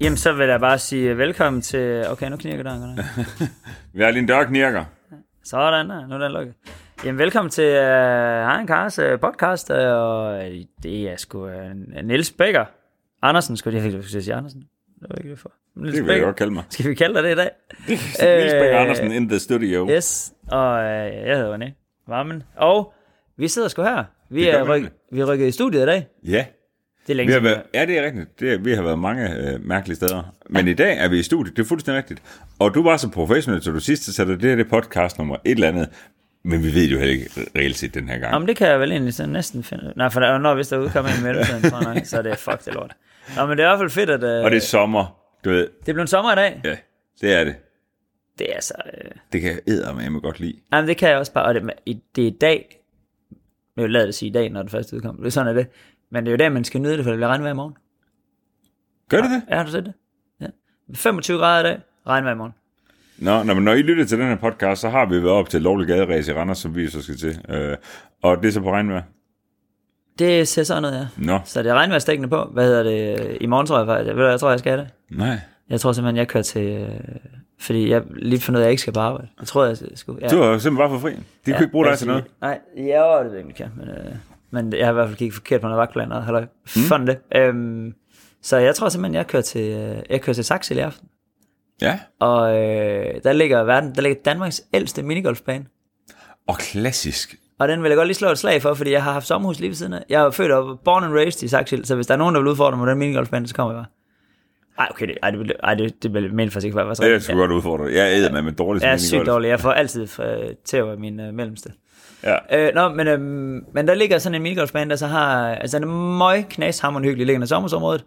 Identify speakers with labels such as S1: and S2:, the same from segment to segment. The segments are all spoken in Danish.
S1: Jamen, så vil jeg bare sige velkommen til... Okay, nu knirker døren.
S2: Vi har lige en dørknirker.
S1: Sådan der, nu er den lukket. Jamen, velkommen til uh, Hejen Kars uh, podcast, øh, og øh, det er sgu uh, Niels Bækker. Andersen, skulle jeg ikke skulle sige Andersen. Det var ikke det for. Niels
S2: Det vil jeg
S1: Bækker.
S2: godt kalde mig.
S1: Skal vi kalde dig det i dag?
S2: Niels Bæk
S1: Øh,
S2: Andersen in the studio.
S1: Yes, og øh, jeg hedder René Varmen. Og vi sidder sgu her. Vi
S2: Det gør
S1: er,
S2: vi
S1: ryk,
S2: nemlig.
S1: vi er rykket i studiet i dag.
S2: Ja,
S1: Det er
S2: vi
S1: længe
S2: har
S1: siden.
S2: været, ja, det er rigtigt. Det, er- vi har været mange øh, mærkelige steder. Men i dag er vi i studiet, det er fuldstændig rigtigt. Og du var så professionel, så du sidst satte det her det er podcast nummer et eller andet. Men vi ved jo heller ikke reelt set den her gang.
S1: Jamen, det kan jeg vel egentlig sådan næsten finde. Nej, for der er jo når hvis der udkommer en mellemtiden, tror jeg nok, så er det fuck det lort. Nå, men det er i hvert fald fedt, at øh,
S2: Og det
S1: det...
S2: er sommer, du ved.
S1: det er blevet sommer i dag.
S2: Ja, det er det.
S1: Det er så... Øh...
S2: Det kan jeg eddermame godt lide.
S1: Jamen, det kan jeg også bare. Og det, i- det er i dag... Jeg vil lade det sige i dag, når det første udkom. Det er sådan, er det. Men det er jo i dag, man skal nyde det, for det bliver regnvejr i morgen.
S2: Gør det det?
S1: Ja, har du set det? Ja. 25 grader i dag, regnvejr i morgen.
S2: Nå, når, når I lytter til den her podcast, så har vi været op til lovlig gaderæs i Randers, som vi så skal til. Øh, og det er så på regnvejr.
S1: Det ser sådan ud, ja.
S2: Nå,
S1: Så det er regnvejrstækkende på. Hvad hedder det? I morgen tror jeg faktisk. Ved du, hvad, jeg tror, jeg skal have det.
S2: nej.
S1: Jeg tror simpelthen, jeg kører til... Øh, fordi jeg lige fandt ud af, at jeg ikke skal på arbejde. Jeg tror, jeg skulle... Ja.
S2: Du har jo simpelthen bare for fri. De ja, kunne ikke bruge
S1: lad
S2: dig
S1: os
S2: til
S1: sige-
S2: noget.
S1: Nej, ja, det ved jeg, ikke, om jeg kan. Men, øh, men jeg har i hvert fald kigget forkert på noget vagtplan og halløj. Mm. Fun det. Øhm, så jeg tror simpelthen, jeg kører til, øh, jeg kører til Saxil i aften.
S2: Ja.
S1: Og øh, der, ligger verden, der ligger Danmarks ældste minigolfbane.
S2: Og klassisk.
S1: Og den vil jeg godt lige slå et slag for, fordi jeg har haft sommerhus lige ved siden af. Jeg er født og born and raised i Saxil, så hvis der er nogen, der vil udfordre mig på den minigolfbane, så kommer jeg bare. Ej, okay, det, ej, det, ej, det, det mente jeg faktisk ikke, for jeg var så
S2: Det er sgu godt udfordre. dig. Jeg æder med med dårligt
S1: Jeg er
S2: smidigolf.
S1: sygt dårlig. Jeg får altid øh, tæv af min øh, mellemste.
S2: Ja.
S1: Øh, nå, men, øh, men der ligger sådan en minigolfbane, der så har... Altså, den er møg knashammerende hyggelig, ligger i sommersområdet.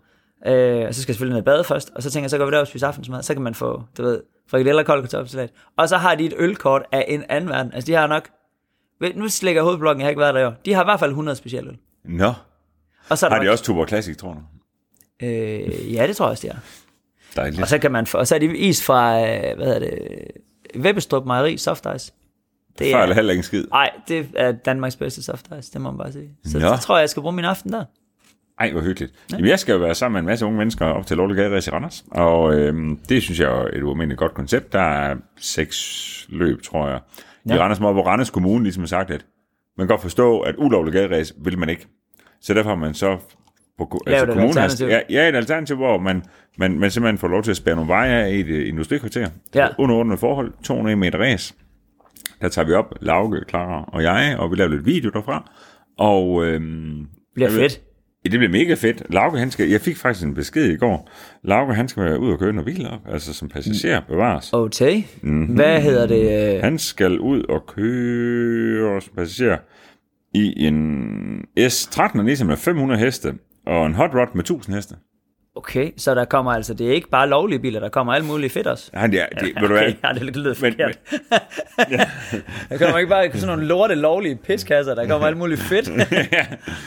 S1: Øh, og så skal jeg selvfølgelig ned og bade først, og så tænker jeg, så går vi derop og spiser aftensmad, så kan man få, du ved, frikadeller, kold kartoffelsalat. Og så har de et ølkort af en anden verden. Altså, de har nok... Ved- Nu slækker jeg hovedblokken, jeg har ikke været der i år. De har i hvert fald 100 specialøl.
S2: Nå.
S1: Og så er der
S2: Har de
S1: nok-
S2: også Tuborg Classic, tror du?
S1: Øh, ja, det tror jeg også, de har.
S2: Dejligt.
S1: Og så, kan man få, og så er de is fra, øh, hvad hedder det, Vebbestrup Mejeri Soft Ice. Det
S2: Fejler heller ikke en skid.
S1: Nej, det er Danmarks bedste soft ice, det må man bare sige. Så,
S2: Nå.
S1: så tror jeg, jeg skal bruge min aften der.
S2: Ej, hvor hyggeligt. Jamen, jeg skal jo være sammen med en masse unge mennesker op til Lovlig Gaderæs i Randers, og øhm, det synes jeg er et ualmindeligt godt koncept. Der er seks løb, tror jeg, ja. i Randers, hvor Randers Kommune ligesom har sagt, at man kan godt forstå, at ulovlig gaderæs vil man ikke. Så derfor har man så på, ko- altså
S1: Lavet et
S2: kommunen
S1: alternativ.
S2: Har, ja, ja, et alternativ, hvor man, man, man simpelthen får lov til at spære nogle veje af i et øh, industrikvarter.
S1: Ja.
S2: Under ordnede forhold, 200 meter ræs. Der tager vi op, Lauke, Clara og jeg, og vi laver lidt video derfra. Og øhm,
S1: Bliver
S2: jeg ved-
S1: fedt.
S2: Ja, det bliver mega fedt. Lauke, han skal, jeg fik faktisk en besked i går. Lauke, han skal være ud og køre noget bil op, altså som
S1: Mm.
S2: passager bevares.
S1: Okay.
S2: Mhm.
S1: Mm-hmm. Hvad hedder det? øh,
S2: Han skal ud og køre som passager i en S13 Nissan med 500 heste og en hot rod med 1000 heste.
S1: Okay, så der kommer altså, det er ikke bare lovlige biler, der kommer alt muligt fedt også.
S2: Han, ja, Ah, det, ved du hvad?
S1: Okay, ja, det lyder
S2: Men-
S1: forkert. der kommer ikke bare sådan nogle lorte lovlige piskasser, der kommer alt muligt fedt.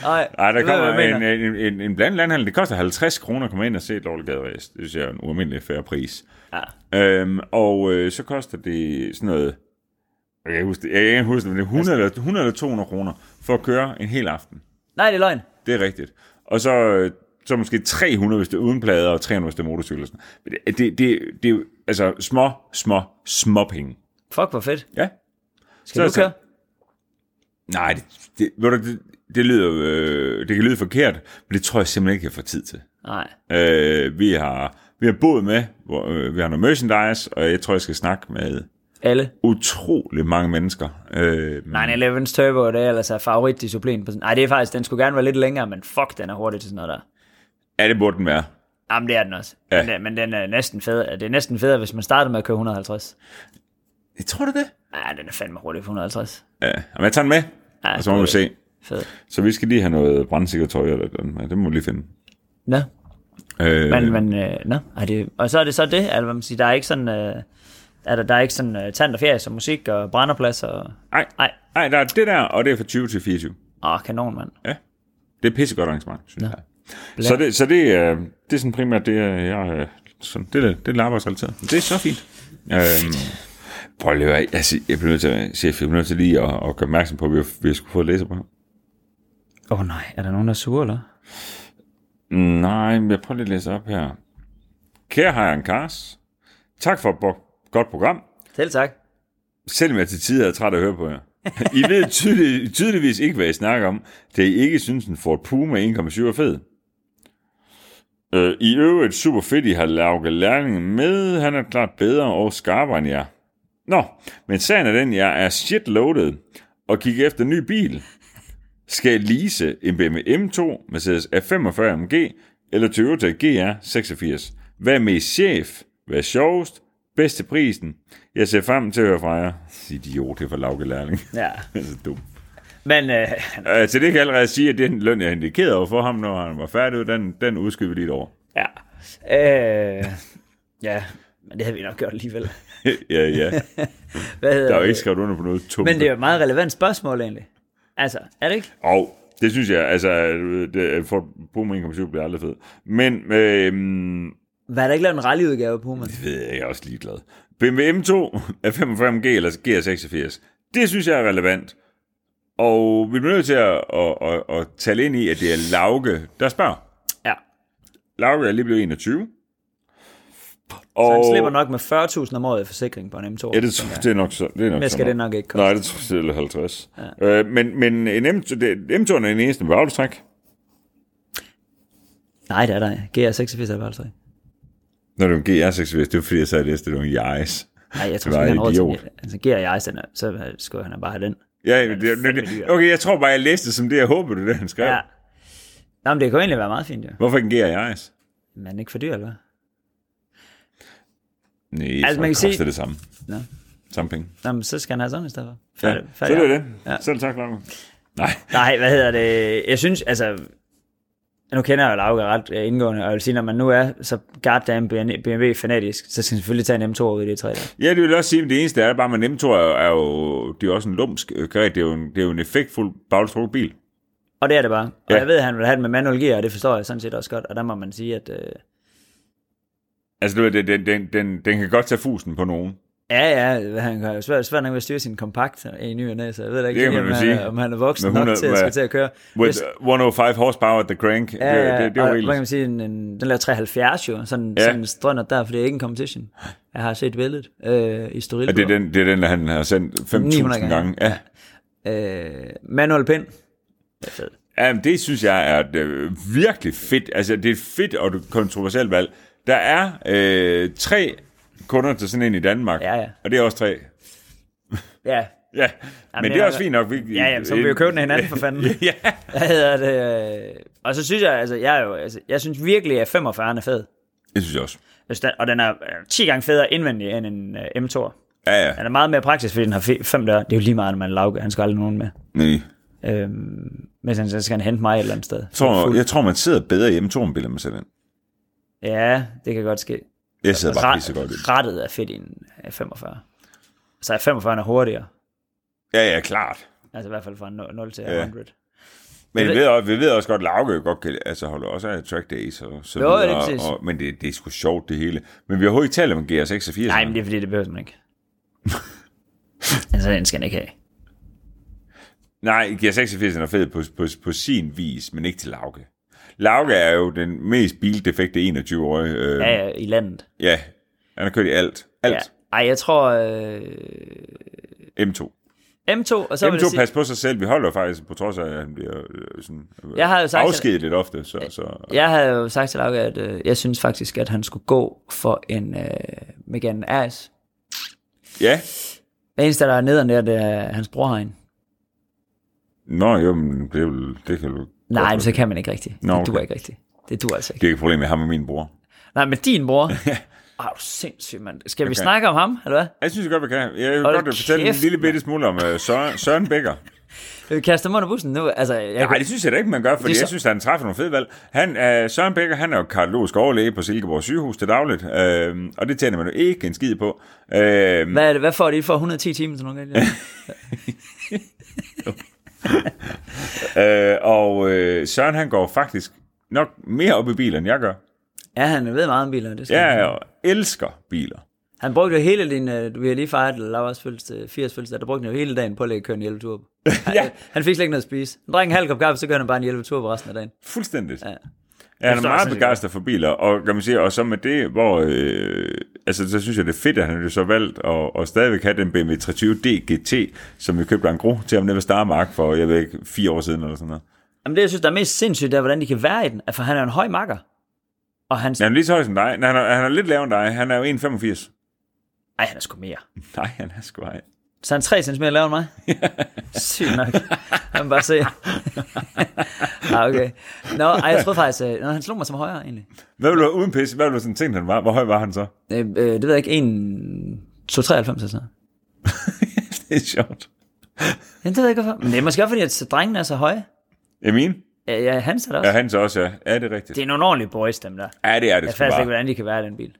S1: Nej,
S2: Ej, der kommer
S1: jeg
S2: en,
S1: mener.
S2: en, en, en blandet landhandel. Det koster 50 kroner at komme ind og se et lovligt gaderæs. Det synes jeg er en ualmindelig færre pris.
S1: Ja.
S2: Øhm, og øh, så koster det sådan noget, jeg kan ikke huske, det, jeg kan ikke huske det, men det er 100, eller, 100 eller 200 kroner for at køre en hel aften.
S1: Nej, det er løgn.
S2: Det er rigtigt. Og så, øh, så måske 300, hvis det er uden plader, og 300, hvis det er motorcykel. og sådan. Men Det, det, det, det er jo altså små, små, små penge.
S1: Fuck, hvor fedt.
S2: Ja.
S1: Skal du
S2: så-
S1: køre?
S2: Nej, det, det, ved du, det, det, lyder, øh, det kan lyde forkert, men det tror jeg simpelthen ikke, jeg får tid til.
S1: Nej.
S2: Øh, vi har vi har boet med, hvor, øh, vi har noget merchandise, og jeg tror, jeg skal snakke med
S1: Alle.
S2: utrolig mange mennesker. Øh,
S1: 911's Turbo, det er ellers er favoritdisciplin. på sådan- Nej, det er faktisk, den skulle gerne være lidt længere, men fuck, den er hurtig til sådan noget der.
S2: Ja, det burde den være.
S1: Jamen, det er den også. Ja.
S2: Ja.
S1: Men, øh, men den er næsten fed. Det er næsten federe, hvis man starter med at køre 150.
S2: Jeg tror du det?
S1: Ja, den er fandme hurtig på 150.
S2: Ja, men jeg tager den med,
S1: Ja,
S2: og så må vi
S1: det-
S2: se.
S1: Fed.
S2: Så vi skal lige have noget brandsikkert tøj eller noget. andet. Ja, det må vi lige finde.
S1: Nå,
S2: Øh,
S1: men, men øh, nå. Ej, det, og så er det så det, altså, hvad man siger, der er ikke sådan, øh, er der, der er ikke sådan øh, tand og fjæs og musik og brænderplads og...
S2: Ej,
S1: Ej,
S2: ej, der er det der, og det er fra 20 til 24.
S1: åh, kanon, mand.
S2: Ja, det er pissegodt arrangement, synes jeg.
S1: Blandt-
S2: Så det, så det, øh, det er sådan primært det, øh, jeg... øh, Sådan, det, er- det er lidt arbejdsrelateret. Men Det er så fint. Øhm, prøv lige at høre, altså, jeg bliver nødt til at sige, jeg bliver nødt til lige at, at gøre opmærksom på, at vi, har- vi har sgu fået læser på.
S1: Åh oh, nej, er der nogen, der er sure, eller?
S2: Nej, men jeg prøver lige at læse op her. Kære Hejren Kars, tak for et bo- godt program.
S1: Selv tak.
S2: Selvom jeg til tider er træt af at høre på jer. I ved tydelig, tydeligvis ikke, hvad I snakker om, da I ikke synes, en Ford Puma 1,7 er fed. Øh, I øvrigt super fedt, I har Lauke Lærling med. Han er klart bedre og skarpere end jer. Nå, men sagen er den, jeg er shit loaded og kigger efter en ny bil. Skal jeg lease en BMW M2, Mercedes A45 AMG eller Toyota GR86? Hvad er mest chef? Hvad er sjovest? Bedste prisen? Jeg ser frem til at høre fra jer. Idiot, det er for Lauke Lærling.
S1: Ja.
S2: Det er så dumt.
S1: Men øh,
S2: Øh, til det kan jeg allerede sige, at den løn, jeg indikerede over for ham, når han var færdig, den, den udskyder vi lige et år.
S1: ja. Øh, ja, men det havde vi nok gjort alligevel.
S2: ja, ja.
S1: Hvad hedder
S2: Der er jo
S1: det?
S2: ikke skrevet under på noget tungt.
S1: Men det er jo et meget relevant spørgsmål egentlig. Altså, er det ikke?
S2: Og det synes jeg, altså, det, for Puma 1,7 bliver aldrig fed. Men øh,
S1: Hvad er der ikke lavet en rallyudgave på, man?
S2: ved jeg, jeg er også ligeglad. BMW M2 er 45G eller GR86. Det synes jeg er relevant. Og vi bliver nødt til at, at, at, at tale ind i, at det er Lauke, der spørger.
S1: Ja.
S2: Lauke er lige blevet 21.
S1: Så han
S2: Og-
S1: slipper nok med 40.000 om året i forsikring på en M2.
S2: Ja, det, tror, det er nok så. Det er nok
S1: Mere
S2: så
S1: skal
S2: meget.
S1: det nok ikke koste.
S2: Nej, det tror jeg, det er 50. Ja. Øh, men, men en M2, det, M2'en er den eneste med bagdestræk.
S1: Nej, det er der. ikke. GR86 er det altså ikke.
S2: Når det var GR86, det var fordi, jeg sagde, at det var en JIS.
S1: Nej, jeg tror
S2: Det var
S1: ikke, han har råd til
S2: idiot.
S1: det. Altså, GR jeg, så skulle han bare have den.
S2: Ja, det,
S1: fandme
S2: det, det,
S1: dyrt.
S2: okay, jeg tror bare, jeg læste det som det, jeg håbede, det var det, han skrev.
S1: Ja.
S2: Ja.
S1: Nå, men det kunne egentlig være meget fint, jo.
S2: Hvorfor ikke en GR-JIS?
S1: Men ikke for dyr, eller hvad?
S2: Nej,
S1: Altså, man
S2: altså,
S1: kan
S2: man koster
S1: sige-
S2: det samme.
S1: Nå.
S2: Samme penge.
S1: Nå, men så skal han have sådan i stedet for.
S2: Ja.
S1: Færdig,
S2: Så det er det.
S1: Ja.
S2: Ja. Selv tak, Lauke. Nej,
S1: Nej, hvad hedder det? Jeg synes, altså... Nu kender jeg jo Lauke ret øh, indgående, og jeg vil sige, når man nu er så goddamn BMW-fanatisk, så skal man selvfølgelig tage en M2 ud i det træ der.
S2: ja, det vil jeg også sige, at det eneste er bare, med M2 er, jo- er jo, det er jo også en lumsk øh, karret. Det er jo en, det er jo en effektfuld bagdestrukket bil.
S1: Og det er det bare. Og
S2: Ja.
S1: jeg ved, at han vil have den med manuel gear, og det forstår jeg sådan set også godt. Og der må man sige, at øh,
S2: Altså, du ved, den, den, den, den, den kan godt tage fusen på nogen.
S1: ja, ja, han har jo svært, svært nok ved at styre sin kompakt i ny og næ, så jeg ved da ikke,
S2: Det kan
S1: lige,
S2: man
S1: om, han,
S2: vel
S1: er-
S2: sige.
S1: om han er voksen
S2: Med
S1: nok
S2: 100
S1: til at skal
S2: hvad?
S1: til at køre.
S2: With uh, 105 horsepower at the crank.
S1: Ja, ja,
S2: det, det, det var
S1: og, hvad kan
S2: helt...
S1: man sige, en, en, den laver 73 jo, sådan, ja.
S2: Ja.
S1: sådan en strønder der, for det er ikke en competition. Jeg har set billedet øh, i Storil.
S2: Ja, det, er den, det er den, der han har sendt
S1: 900
S2: 5.000 gange.
S1: gange.
S2: gange. Ja.
S1: Øh, manuel pind. Det er fedt.
S2: Ja, men det synes jeg er et, øh, virkelig fedt. Altså, det er et fedt og et kontroversielt valg. Der er øh, tre kunder til sådan en i Danmark.
S1: Ja, ja.
S2: Og det er også tre.
S1: Ja,
S2: Ja, men det er
S1: jeg-
S2: også fint nok. Vi,
S1: Ja, ja, så må vi jo købe den af hinanden, for fanden.
S2: ja,
S1: hvad hedder det? øh, Og så synes jeg, altså, jeg, er jo, altså, jeg synes virkelig, at 45'eren er fed.
S2: det synes jeg også.
S1: Jeg synes, den- Og den er øh, 10 gange federe indvendig end en øh, M2.
S2: Ja, ja.
S1: Den er meget mere praktisk, fordi den har fe- fem døre. Det er jo lige meget, når man lauker. Han skal aldrig nogen med.
S2: Nej.
S1: Øhm, hvis han så skal han hente mig et eller andet sted.
S2: Jeg tror, jeg tror, man sidder bedre hjemme to, end billeder med selv ind.
S1: Ja, det kan godt ske.
S2: Jeg sidder bare pisse godt. i det.
S1: Ret- Rettet er fedt i en øh, 45. Så er 45 er hurtigere.
S2: Ja, ja, klart.
S1: Altså i hvert fald fra 0 til
S2: Ja.
S1: 100.
S2: Men
S1: Jeg
S2: vi
S1: ved-
S2: ved, også- vi ved også godt, at Lauke godt kan, altså holder også af track days og så
S1: Jo,
S2: videre.
S1: lige præcis.
S2: og, men det, det er sgu sjovt, det hele. Men vi har overhovedet ikke talt om GR86.
S1: Nej, men det er fordi, det behøver man ikke. altså, den skal den ikke have.
S2: Nej, GR86 er fed på, på, på sin vis, men ikke til Lauke. Lauke er jo den mest bildefekte 21-årige. Øh, ja.
S1: Ja, ja, i landet.
S2: ja. Han har kørt i alt.
S1: Ja.
S2: Alt.
S1: Ej, jeg tror øh,
S2: Ja. M2.
S1: M2, og så vil jeg
S2: M2
S1: sige,
S2: passer på sig selv. Vi holder jo faktisk, på trods af, at han bliver øh, sådan, øh,
S1: Jeg har jo sagt, at-
S2: afskedet lidt ofte. Så, så,
S1: jeg havde jo sagt til Lauke, at øh, jeg synes faktisk, at han skulle gå for en øh, Megane RS.
S2: ja.
S1: Det eneste, der er nederen der, det er hans bror herinde.
S2: Nå, jo, men det, er jo, det kan du...
S1: Nej, men så kan man ikke rigtigt.
S2: Nå,
S1: Det duer
S2: okay.
S1: ikke rigtigt. Det duer altså ikke.
S2: Det er ikke et problem med ham og min bror.
S1: Nej, men din bror. Ej, du sindssygt, mand. Skal vi
S2: Okay.
S1: snakke om ham, eller hvad?
S2: Jeg synes godt, vi kan. Jeg vil
S1: Hold
S2: godt fortælle en
S1: kæft,
S2: lille bitte smule om øh, Søren, Søren Becker.
S1: Skal vi kaste ham under bussen nu? Altså, jeg,
S2: Nej, det synes jeg da ikke, man gør, fordi
S1: Det er så-
S2: jeg synes, at han træffer nogle fede valg. Han, øh, Søren Becker, han er jo kardiologisk overlæge på Silkeborg sygehus til dagligt, øh, og det tænder man jo ikke en skid på. Øh,
S1: hvad, er det, hvad får de for 110 timer til nogle gange?
S2: øh, og øh, Søren, han går faktisk nok mere op i biler, end jeg gør.
S1: ja, han ved meget om biler. Det skal han.
S2: Jeg øh, elsker biler.
S1: Han brugte jo hele din, øh, vi har lige fejret Lauras fødselsdag, 80 fødselsdag, der brugte han jo hele dagen på at lægge køre en hjælpetur. Han, ja. han fik slet ikke noget at spise. Han drak en halv kop kaffe, så kørte han bare en hjælpetur på resten af dagen.
S2: Fuldstændigt. Ja. Ja, han er
S1: forstår jeg
S2: meget
S1: sådan set
S2: begejstret for biler, og, kan man sige, og så med det, hvor, øh, altså, så synes jeg, det er fedt, at han jo så valgt at, at stadigvæk have den BMW 320D GT, som vi købte af en gro til ham nede ved Starmark for, jeg ved ikke, fire år siden eller sådan noget.
S1: Jamen det, jeg synes, der er mest sindssygt, det er, hvordan de kan være i den. For han er en høj makker. Og han...
S2: Ja,
S1: Ja.
S2: han er lige så høj som dig. Nej, han er, han er lidt lavere end dig. Han er jo 1,85.
S1: Ej, han er sgu mere.
S2: Nej, han er sgu ej.
S1: Så er han 3 cm lavere end mig? Sygt nok. Han kan bare se. ah, okay. Nå, ej, jeg troede faktisk, øh, nå, han slog mig som højere egentlig.
S2: Hvad ville du uden pis? Hvad ville du sådan tænkt, han var? Hvor høj var han så?
S1: Øh, øh, det ved jeg ikke, en 293 eller sådan noget.
S2: det er sjovt.
S1: Jamen, det ved jeg ikke hvorfor. Men det er måske også fordi, at drengene er så høje.
S2: Emin?
S1: Ja, ja han er da også.
S2: Ja,
S1: Ja.
S2: han så også, ja. Ja, det er rigtigt.
S1: Det er nogle ordentlige boys, dem der.
S2: Ja, det er
S1: Jeg
S2: det
S1: er
S2: sgu
S1: faktisk ikke,
S2: bare.
S1: hvordan de kan være i den bil.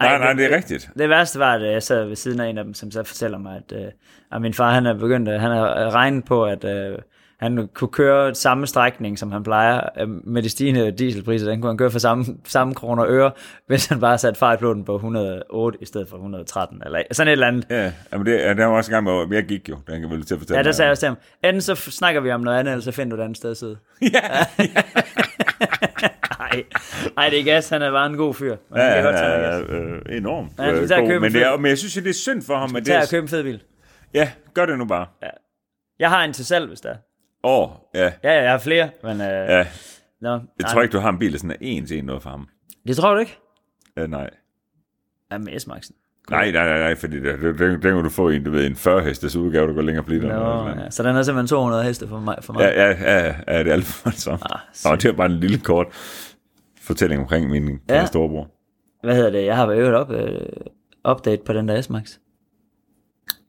S2: Nej, nej, det er rigtigt.
S1: Det værste var, at øh, jeg sad ved siden af en af dem, som så fortæller mig, at, øh, at min far han er begyndt, at- han har regnet på, at øh, han kunne køre samme strækning, som han plejer, øh, med de stigende dieselpriser, den kunne han køre for samme, samme kroner og øre, hvis han bare satte fartpiloten på 108 i stedet for 113, eller sådan et eller andet.
S2: Ja, men det, ja, der var også en gang, hvor jeg gik jo, da han ville til at fortælle
S1: Ja, der
S2: mig.
S1: sagde jeg også til ham, enten så f- snakker vi om noget andet, eller så finder du et andet sted at sidde.
S2: Ja,
S1: Ej, ej, det er gas, han er bare en god fyr. Man
S2: ja,
S1: kan
S2: han
S1: godt tage ham i gas.
S2: er øh, enorm.
S1: Ja, han skal
S2: øh,
S1: tage og
S2: god,
S1: købe en
S2: men, det
S1: fed-
S2: er, men jeg synes jo, det er synd for ham. At det
S1: Tag og
S2: er,
S1: køb en fed bil.
S2: ja, gør det nu bare.
S1: Jeg har en til salg, hvis der er.
S2: Åh, oh, ja.
S1: Ja, ja, jeg har flere, men... Øh, ja.
S2: ja.
S1: Nå,
S2: Jeg
S1: nej,
S2: tror ikke, du har en bil, der sådan er en til en noget for ham.
S1: Det tror du ikke?
S2: Ja, nej.
S1: Jamen, S-Maxen.
S2: Nej, nej, nej, nej, fordi det, det, det, den kan du få i en, du ved, en 40-hestes udgave, der går længere på literen. eller
S1: Nå,
S2: sådan noget.
S1: ja. Så den er simpelthen 200 heste for mig. For mig.
S2: Ja,
S1: Ja.
S2: ja, ja, ja, det er alt for voldsomt.
S1: Ah,
S2: Nå, det var bare en lille kort fortælling omkring min
S1: Ja.
S2: ja. storebror.
S1: Hvad hedder det? Jeg har været øvet op, øh, update på den der S-Max.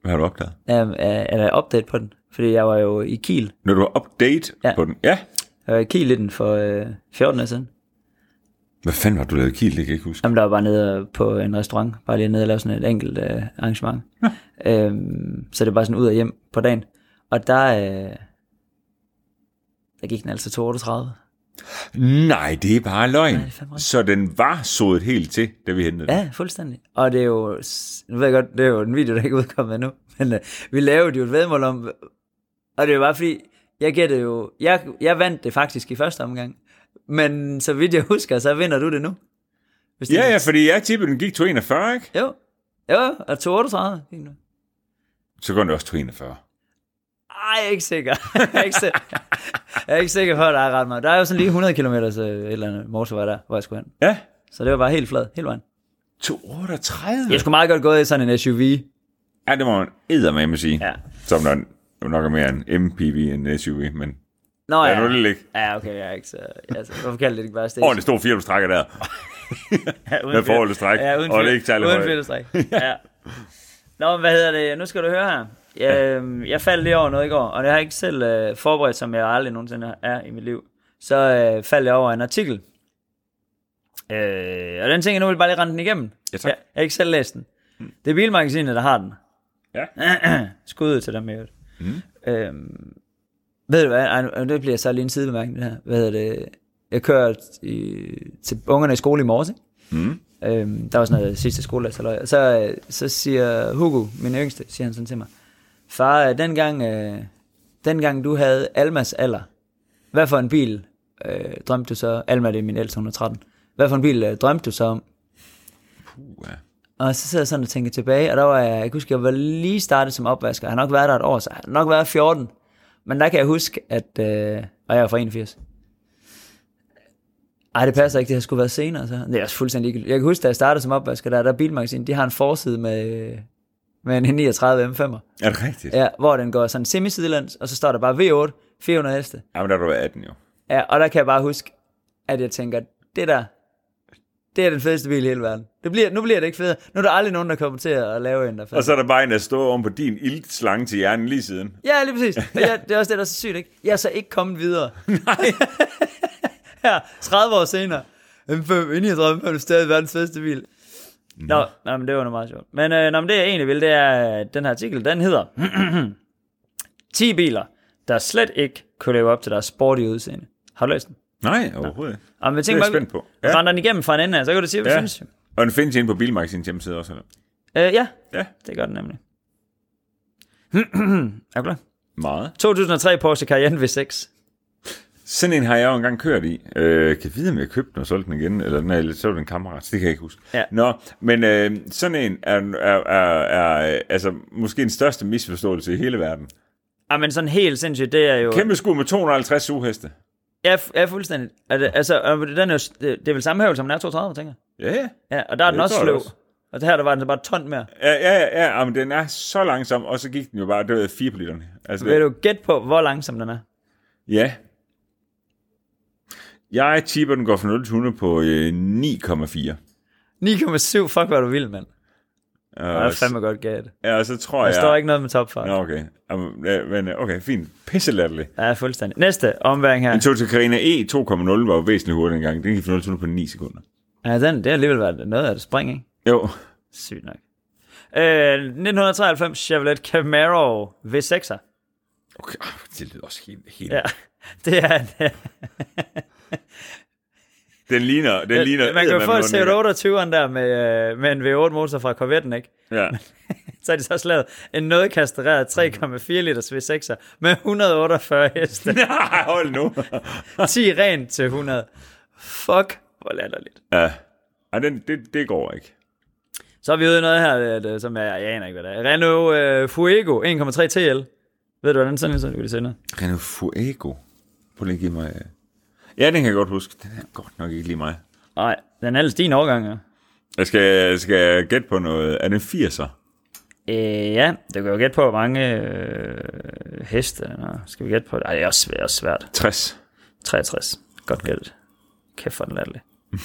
S2: Hvad har du opdaget?
S1: Um, eller update på den. Fordi jeg var jo i Kiel.
S2: Når du har update
S1: Ja.
S2: ja. på den. Ja.
S1: Jeg var i Kiel i den for øh, 14 år siden.
S2: Hvad fanden var du lavet kiel? Det kan jeg ikke huske.
S1: Jamen, der var bare nede øh, på en restaurant. Bare lige nede og lave sådan et enkelt øh, arrangement. Ja. Um, så det er bare sådan ud og hjem på dagen. Og der, øh, der gik den altså 238.
S2: Nej, det er bare løgn.
S1: er fandme rigtigt.
S2: så den var sodet helt til, da vi hentede den.
S1: Ja, fuldstændig. Og det er jo, s- nu ved jeg godt, det er jo en video, der ikke er udkommet endnu, men øh, vi lavede jo et vedmål om, og det er jo bare fordi, jeg gættede jo, jeg, jeg vandt det faktisk i første omgang, men så vidt jeg husker, så vinder du det nu. Hvis det
S2: Ja, ja, fordi jeg tippede, den gik 241, ikke?
S1: Jo, jo, og 238. lige nu.
S2: Så går den også 241.
S1: Ej, jeg er ikke sikker. jeg, er ikke sikker. jeg er ikke sikker på, at der er ret meget. Der er jo sådan lige 100 km et eller andet motorvej der, hvor jeg skulle hen.
S2: Ja,
S1: Så det var bare helt flad, hele vejen.
S2: 238.
S1: Jeg skulle meget godt gået i sådan en SUV.
S2: Ja, det må man eddermame sige.
S1: Ja.
S2: Som der jo nok er mere en MPV end SUV, men
S1: Nå,
S2: ja, nu er det lidt
S1: Ja, okay, jeg er ikke så... Altså, hvorfor kalder det ikke bare station?
S2: ordentligt stor firehjulstrækker der.
S1: ja, uden
S2: med
S1: fil-
S2: forholdet stræk,
S1: Ja, uden
S2: og det er
S1: fil-
S2: ikke særlig
S1: Uden
S2: højt.
S1: fællestræk, ja. Nå, men hvad hedder det? Nu skal du høre her. Jeg, jeg faldt lige over noget i går, og det har jeg ikke selv øh, forberedt, som jeg aldrig nogensinde er i mit liv. Så øh, faldt jeg over en artikel. Øh, og den ting, jeg nu vil bare lige rende den igennem.
S2: Ja, tak.
S1: Jeg, jeg har ikke selv læst den. Det er bilmagasinet, der har den.
S2: Ja.
S1: Skud ud til dem, jeg mm. øhm, Ved du hvad? Ej, nu- det bliver så lige en sidebemærkning det her. Hvad hedder det? Jeg kører i, til ungerne i skole i morges, ikke? Mm. Øhm, der var sådan noget sidste skoledag, og så, øh, så siger Hugo, min yngste, siger han sådan til mig, far, øh, dengang, øh, dengang du havde Almas alder, hvad for en bil øh, drømte du så, Alma det er min ældste, 113, hvad for en bil øh, drømte du så om?
S2: Puh, ja.
S1: Og så sidder jeg sådan og tænker tilbage, og der var jeg, jeg kan huske, jeg var lige startet som opvasker. Jeg har nok været der et år, så jeg har nok været 14. Men der kan jeg huske, at... Øh, og jeg er fra 81. Ej, det passer ikke, det har skulle været senere. Så. Det er også fuldstændig ikke. Jeg kan huske, da jeg startede som opvasker, der, der er bilmagasin, de har en forside med, med en 39 M5'er.
S2: Er det rigtigt? Ja.
S1: Ja, hvor den går sådan semisidelands, og så står der bare V8, 400 heste.
S2: Jamen, der er du 18 jo.
S1: Ja, og der kan jeg bare huske, at jeg tænker, det der, det er den fedeste bil i hele verden. Det bliver, nu bliver det ikke federe. Nu er der aldrig nogen, der kommer til at lave en, der er fed.
S2: Og så er der bare en, der står oven på din ildslange til hjernen lige siden.
S1: Ja, lige præcis. Og jeg, det er også det, der er så sygt, ikke? Jeg er så ikke kommet videre. Nej. Her, 30 år senere. M5, inden jeg drømmer, er det stadig verdens bedste bil. Nå, nå men det var nu meget sjovt. Men, øh, nå, men det jeg egentlig vil, det er, at den her artikel, den hedder 10 biler, der slet ikke kunne leve op til deres sportige udseende. Har du læst den?
S2: Nej, overhovedet ikke.
S1: Og men jeg tænker,
S2: Det er jeg
S1: bare,
S2: spændt på.
S1: Ja.
S2: Ja.
S1: Render den igennem fra en ende af, så kan du sige, hvad ja. du
S2: Ja.
S1: synes.
S2: Og den findes inde på Bilmagasins hjemmeside også, eller?
S1: Øh, ja,
S2: Ja,
S1: det gør den nemlig. er du klar?
S2: meget.
S1: 2003 Porsche Cayenne V6.
S2: Sådan en har jeg jo engang kørt i. Øh, kan vide, om jeg købte den og solgte den igen, eller den er, så var det en kammerat, så det kan jeg ikke huske.
S1: Ja.
S2: Nå, men øh, sådan en er, er, er, er, altså, måske den største misforståelse i hele verden.
S1: Ah, men sådan helt sindssygt, det er jo...
S2: Kæmpe skud med 250 sugheste.
S1: Ja, fu- ja fuldstændig. Er det, altså, er det- den er jo, s- det, det er vel sammenhævelse, om den er 32, tænker jeg.
S2: Ja, ja.
S1: Ja, og der er den
S2: Det
S1: også
S2: tror jeg
S1: sløv.
S2: også.
S1: Og det her, der var den så bare et ton mere.
S2: Ja, ja, ja, ja, men den er så langsom, og så gik den jo bare, det var 4 på literen. Altså,
S1: Vil du gætte på, hvor langsom den er?
S2: Ja. Jeg tipper, den går fra 0 til 100 på øh, 9,4.
S1: 9,7, fuck hvor er du vild, mand. Det
S2: Og,
S1: er fandme godt gæt.
S2: ja, og så tror
S1: Der
S2: jeg...
S1: står ikke noget med topfart.
S2: Nå, okay. Jamen, ja, Men øh, okay, fint. Pisselatterligt.
S1: Ja, fuldstændig. Næste omværing her.
S2: En tog til Carina E 2,0 var jo væsentligt hurtigere engang. Den gik fra 0 til 100 på 9 sekunder.
S1: Ja, den, det har alligevel været noget af det spring, ikke?
S2: Jo.
S1: Sygt nok. Øh, 1993 Chevrolet Camaro V6'er.
S2: Okay, ah, det lyder også helt... helt.
S1: Ja, det er en,
S2: Den ligner... Den ligner
S1: Man kan jo få
S2: eddermame,
S1: et
S2: hvor den ligger.
S1: CO28'eren der med, øh, med en V8-motor fra Corvetten, ikke?
S2: Ja.
S1: Så har de så også lavet en noget kastreret 3,4 liters V6'er med 148 heste.
S2: Nej, hold nu.
S1: 10 rent til 100. Fuck, hvor latterligt.
S2: ja. Ej, den, det, det går ikke.
S1: Så er vi ude i noget her, øh, det- som jeg, jeg aner ikke, hvad det er. Renault øh, Fuego 1,3 TL. Ved du, hvordan sådan en sådan vil sende?
S2: Renault Fuego. Prøv lige at give mig... øh. Ja, den kan jeg godt huske. Den er godt nok ikke lige mig.
S1: Nej, den er ellers din overgang, ja.
S2: Jeg skal, skal jeg gætte på noget. Er det en 80'er?
S1: Øh, ja, det kan jo gætte på, hvor mange øh, heste den har. Skal vi gætte på det? Ej, det er også svært. Også svært.
S2: 60.
S1: 63. Godt gættet. Kæft for den latterlig.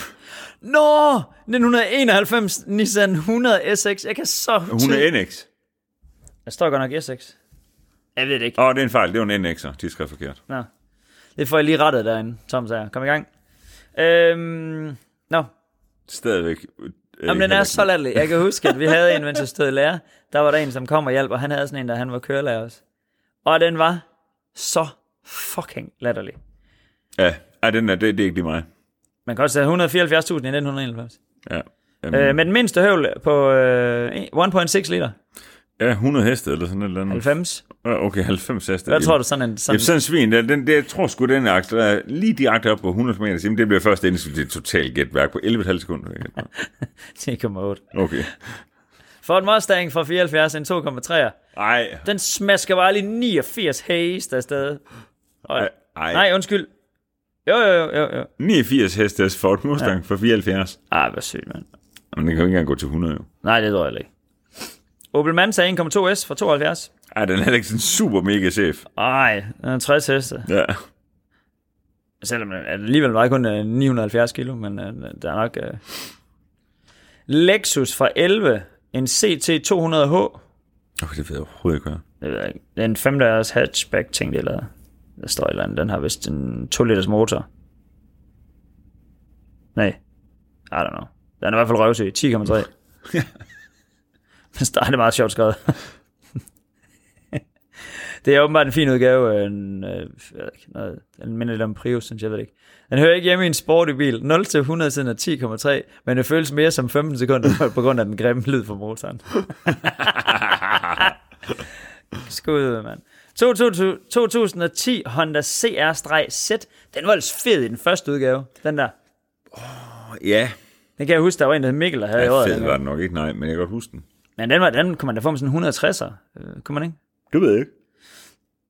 S1: Nå, 1991 Nissan 100 SX. Jeg kan så...
S2: Hun er NX.
S1: Jeg står godt nok SX. Jeg ved det ikke.
S2: Åh, oh, det er en fejl. Det var en NX'er. De skrev forkert.
S1: Nå. Det får jeg lige rettet derinde, Tom sagde. Kom i gang. Øhm, nå,
S2: Stadigvæk. øh,
S1: Jamen, den
S2: heller
S1: er
S2: ikke-
S1: så latterlig. Jeg kan huske, at vi havde en, mens jeg stod i lærer. Der var der en, som kom og hjalp, og han havde sådan en, der han var kørelærer også. Og den var så fucking latterlig.
S2: Ja, Ej, den er, det, det er ikke lige mig.
S1: Man kan også sige 174.000 i 1991.
S2: Ja. Øhm,
S1: Øh, med den mindste høvl på øh, 1,6 liter.
S2: ja, 100 heste eller sådan et eller andet.
S1: 90.
S2: Øh, Okay, 90 heste.
S1: Hvad tror du sådan en...
S2: Jamen,
S1: Sådan,
S2: sådan en svin, der, den, det, jeg tror sgu, den er accelerer lige direkte op på 100 km. Jamen, det bliver først indsigt til et totalt gætværk på 11,5 sekunder.
S1: 10,8.
S2: Okay.
S1: Ford Mustang fra 74, en 2,3'er.
S2: Ej,
S1: Den smasker bare lige 89 haste afsted. Og,
S2: Ej, ej.
S1: Nej, undskyld. Jo, jo, jo, jo, jo.
S2: 89 hestes Ford Mustang ja. for 74.
S1: Ah, hvor sygt, mand.
S2: Men den kan jo ikke engang gå til 100, jo.
S1: Nej, det tror jeg ikke. Opel Manta 1,2S fra 72.
S2: Ej, den er heller ikke sådan super mega chef.
S1: Ej, den er 60 heste.
S2: Ja.
S1: Selvom den alligevel var kun øh, 970 kilo, men øh, der er nok... Øh... Lexus fra 11. En CT200H.
S2: Okay, det ved jeg overhovedet ikke, hvad er.
S1: Det ved jeg ikke. Det er en 5 dørs hatchback, ting det lavede. Der står et eller andet. Den har vist en 2 liters motor. Nej. I don't know. Den er i hvert fald røvsig. 10,3. Men der er det meget sjovt skrevet. det er åbenbart en fin udgave. af En, øh, jeg ved ikke, noget, en mindelig om Prius, synes jeg, jeg ved det ikke. Den hører ikke hjemme i en sporty bil. 0 til 100 siden er 10,3, men det føles mere som 15 sekunder på grund af den grimme lyd fra motoren. Skud, mand. 2000 2010 Honda CR-Z. Den var ellers fed i den første udgave, den der.
S2: Ja,
S1: Den kan jeg huske, der var en, der hed Mikkel, der havde i
S2: ja
S1: året.
S2: fed var
S1: dengang.
S2: den nok ikke, nej, men jeg kan godt huske den.
S1: Men den, var, den kunne man da få med sådan en 160'er. Øh, kunne man ikke?
S2: Det ved jeg ikke.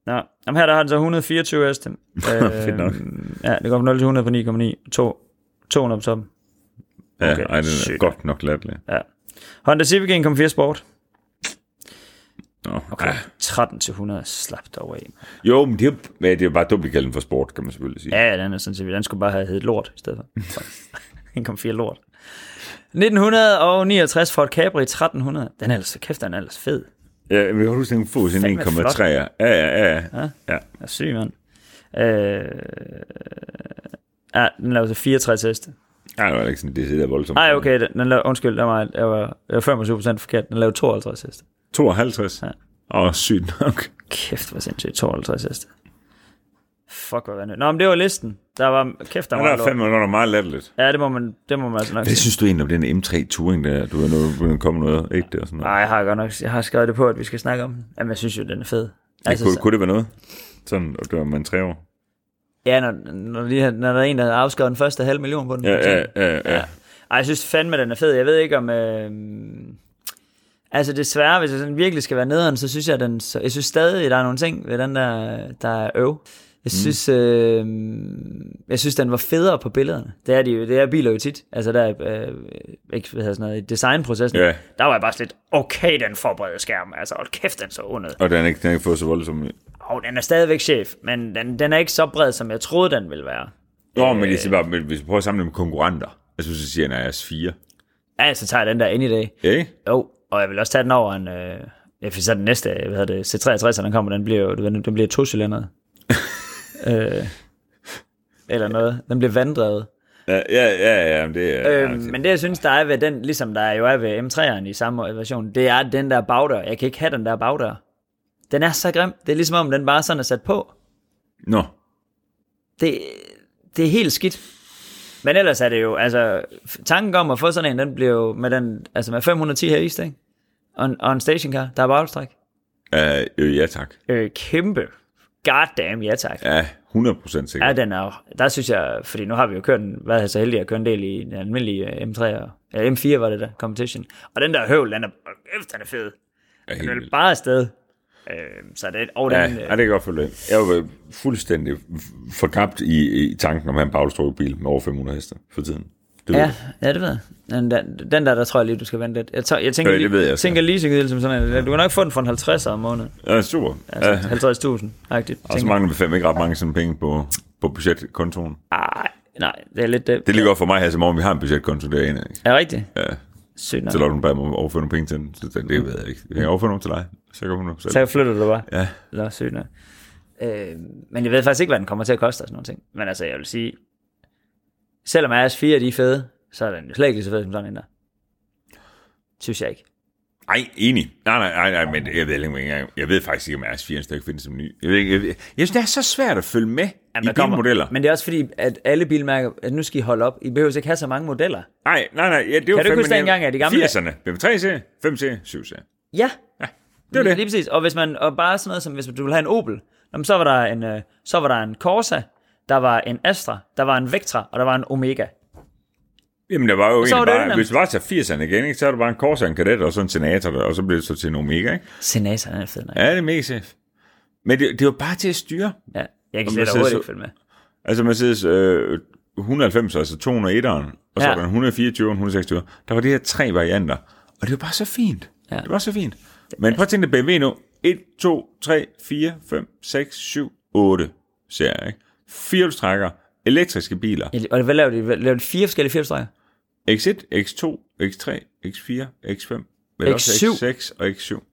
S1: Nå, Jamen, her der har den så 124 heste. Øh,
S2: Fedt nok.
S1: Ja, det går fra 0 til 100 på 9,9. To- 200 på toppen.
S2: Ja,
S1: Okay,
S2: okay, ej, den er
S1: sygt.
S2: godt nok latterlig.
S1: Ja. Honda Civic 1,4 Sport.
S2: Nå,
S1: Okay.
S2: okay.
S1: 13 til 100. Slap dog af. mand.
S2: Jo, men det er, jo, ja, det er jo bare dumt at kalde den for sport, kan man selvfølgelig sige. Ja.
S1: Ja, ja, den er sådan set. Den skulle bare have heddet lort i stedet for. Fuck. 1,4 lort. 1969 Ford Capri 1300. Den er ellers, kæft, den er ellers fed.
S2: Ja, men jeg kan huske, den kunne få sin
S1: Fandme
S2: 1,3. Ja, ja, ja. ja. ja.
S1: Jeg er syg, mand. Øh... Ja, den lavede så 64 heste.
S2: Ej, det var ikke sådan, det sidder voldsomt.
S1: Nej, okay, den, den lavede, undskyld, der var, jeg var, jeg var 25% forkert. Den lavede 52 heste.
S2: 52.
S1: Ja.
S2: Ja. Åh, sygt nok.
S1: Kæft, hvor sindssygt, 52 heste. Fuck, hvor vanvittigt. Nå, men det var listen. Der var, kæft, der
S2: Men der
S1: var
S2: er
S1: lort.
S2: fandme godt nok meget latterligt.
S1: Ja, det må man, det må man altså nok
S2: Hvad
S1: sige.
S2: synes du egentlig om den M3 Touring der? Du ved, nu er begyndt at komme noget ægte og sådan noget.
S1: Nej, jeg har godt nok, jeg har skrevet det på, at vi skal snakke om den. Jamen, jeg synes jo, den er fed.
S2: Altså, kunne,
S1: så-
S2: kunne det være noget? Sådan, og det var man tre år.
S1: Ja, når, når, de, når der er en, der har afskrevet den første halv million på den. for
S2: Ja, ja,
S1: eksempel.
S2: ja, ja.
S1: Ej, jeg synes fandme, den er fed. Jeg ved ikke om... Øh... Altså desværre, hvis jeg sådan virkelig skal være nederen, så synes jeg, den, så... jeg synes stadig, der er nogle ting ved den der, der er øv. Jeg synes, mm. øh, jeg synes, den var federe på billederne. Det er, de jo, det er biler jo tit. Altså der er, øh, ikke, hvad hedder sådan noget, i designprocessen.
S2: Ja.
S1: Der var jeg bare sådan lidt, okay, den forberedte skærm. Altså, hold kæft, den så under.
S2: Og den har ikke, den har ikke fået så voldsomt.
S1: Og den er stadigvæk chef, men den, den er ikke så bred, som jeg troede, den ville være.
S2: Nå, men jeg siger bare, men hvis vi prøver at samle med konkurrenter, jeg synes, at siger, at er 4.
S1: Ja, så tager jeg den der ind i dag.
S2: Ja, ikke?
S1: Jo, og jeg vil også tage den over en... Øh, ja, for så den næste, hvad hedder det, C63, den kommer, den bliver jo, du ved, den bliver tocylindret. øh, eller noget. Den bliver vanddrevet.
S2: Ja, ja, ja, ja men det er...
S1: Øh, men det, jeg synes, der er ved den, ligesom der jo er ved M3'eren i samme version, det er den der bagdør. Jeg kan ikke have den der bagdør. Den er så grim. Det er ligesom om, den bare sådan er sat på.
S2: Nå,
S1: det, det er helt skidt. Men ellers er det jo, altså, f- tanken om at få sådan en, den bliver jo med, den, altså med 510 her i ikke? Og, en- og en stationcar, der er bagstræk.
S2: øh, øh, ja tak.
S1: Øh, kæmpe. Goddamn, ja tak.
S2: Ja, 100% sikkert.
S1: Ja, den er jo- der synes jeg, fordi nu har vi jo kørt, en- været så heldige at køre en del i den almindelige øh, M3, og, eller M4 var det der, competition. Og den der høvl, den er, øh, den er fed.
S2: Ja, helt
S1: Den er
S2: vildt.
S1: bare afsted. Øh, så det, og
S2: Ja,
S1: den,
S2: ja,
S1: øh,
S2: det kan jeg godt følge. Jeg var øh, fuldstændig f- forkabt i, i tanken om at have en baglestrået bil med over 500 heste for tiden. Det ved
S1: Ja,
S2: jeg.
S1: ja, det ved jeg. Den der, den der, der tror jeg lige, du skal vente lidt. Jeg, tror, jeg tænker,
S2: Øh, det ved jeg
S1: lige,
S2: også,
S1: tænker lige så som sådan en. Du kan nok få den for en 50 om måneden.
S2: Ja, super.
S1: Altså
S2: Ja,
S1: 50.000. Agtigt.
S2: og så mangler vi fem ikke ret mange sådan penge på, på budgetkontoen.
S1: Ej, nej, det er lidt det.
S2: Det ligger godt for mig her, som om vi har en budgetkonto derinde. Ikke?
S1: Er det rigtigt?
S2: Ja.
S1: Sygt nok.
S2: Så lader hun bare mig overføre nogle penge til den. Så det, det ved jeg ikke. Jeg kan overføre nogle til dig. Så kan hun nu selv.
S1: Så flytter du bare.
S2: Ja.
S1: Nå, sygt nok. Øh, men jeg ved faktisk ikke, hvad den kommer til at koste og sådan nogle ting. Men altså, jeg vil sige, selvom RS4 de er fede, så er den jo slet ikke lige så fed som sådan en der. Synes jeg ikke.
S2: Ej, enig. Nej, nej, nej, nej men jeg ved, ikke, engang- jeg ved faktisk ikke, om RS4 stadig findes som ny. Jeg, ved, ikke, jeg, ved, jeg synes, det er så svært at følge med
S1: Jamen,
S2: i
S1: der kommer-
S2: bilmodeller.
S1: Men det er også fordi, at alle bilmærker, at nu skal I holde op. I behøver ikke have så mange modeller.
S2: Nej, nej, nej. Ja, det var
S1: Kan du ikke
S2: fandme
S1: huske
S2: nemt.
S1: dengang, at de gamle-
S2: 80'erne. BM3-serie, 5-serie, 7-serie.
S1: Ja,
S2: Det var
S1: lige,
S2: det.
S1: lige præcis. Og hvis man og bare sådan noget som hvis du vil have en Opel, jamen, så var der en øh, så var der en Corsa, der var en Astra, der var en Vectra og der var en Omega.
S2: Jamen, der var jo
S1: så var
S2: egentlig
S1: det
S2: bare...
S1: ødelagt.
S2: hvis du bare tager 80'erne igen, ikke, så er du bare en Corsa, en Kadett og så en Senator, og så bliver det så til en Omega, ikke?
S1: Senator, den er fed nok. Ja.
S2: Ja, det er mega safe. Men det, det var bare til at styre.
S1: ja. Jeg kan
S2: Og
S1: slet
S2: Mercedes-
S1: overhovedet ikke følge med.
S2: Altså, Mercedes øh, 190, altså 201'eren, og
S1: Ja.
S2: så ja. var der en 124 og en 126. Der var de her tre varianter, og det var bare så fint.
S1: Ja.
S2: Ja. Det var så fint. Men prøv at tænke dig BMW nu. 1, 2, 3, 4, 5, 6, 7, 8 serier, ikke? Firehjulstrækker, elektriske biler,
S1: Ja, Og hvad laver de? Hvad- Laver de fire forskellige firestreger?
S2: X1, X2, X3, X4, X5, men X7. også
S1: X7.
S2: X6 og X7.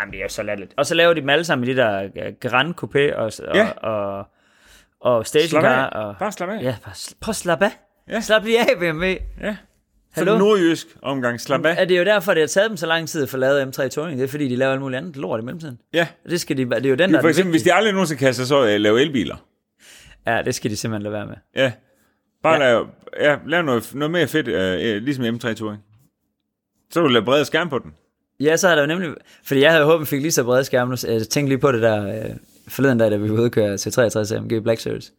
S1: Jamen, det er jo så latterligt. Og så laver de dem alle sammen i de der øh, Grand Coupé og, og,
S2: Ja.
S1: og, og, og
S2: Slap
S1: stationcar.
S2: af.
S1: Og,
S2: Bare slap af. Ja.
S1: ja, bare sl- prøv at slappe af. Ja.
S2: Ja.
S1: Slap lige af, BMW.
S2: ja.
S1: Hallo?
S2: Hallo? nordjysk omgang, slap af.
S1: Er det jo derfor, det har taget dem så lang tid at få lavet M3 Touring? Det er fordi, de laver alt muligt andet lort i mellemtiden.
S2: Ja.
S1: Og Det, skal de, det er jo den, der er
S2: For
S1: den
S2: eksempel, hvis de aldrig nogensinde kan sig så uh, lave elbiler.
S1: Ja, det skal de simpelthen lade være med.
S2: Ja. Bare ja. Lave, ja, lave noget, noget mere fedt, uh, ligesom M3 Touring. Så vil du lave brede skærm på den.
S1: Ja, så har der jo nemlig... Fordi jeg havde håbet, vi fik lige så brede skærme. Nu- Jeg tænkte lige på det der øh, forleden dag, da vi var ude og køre C63 AMG Black Series.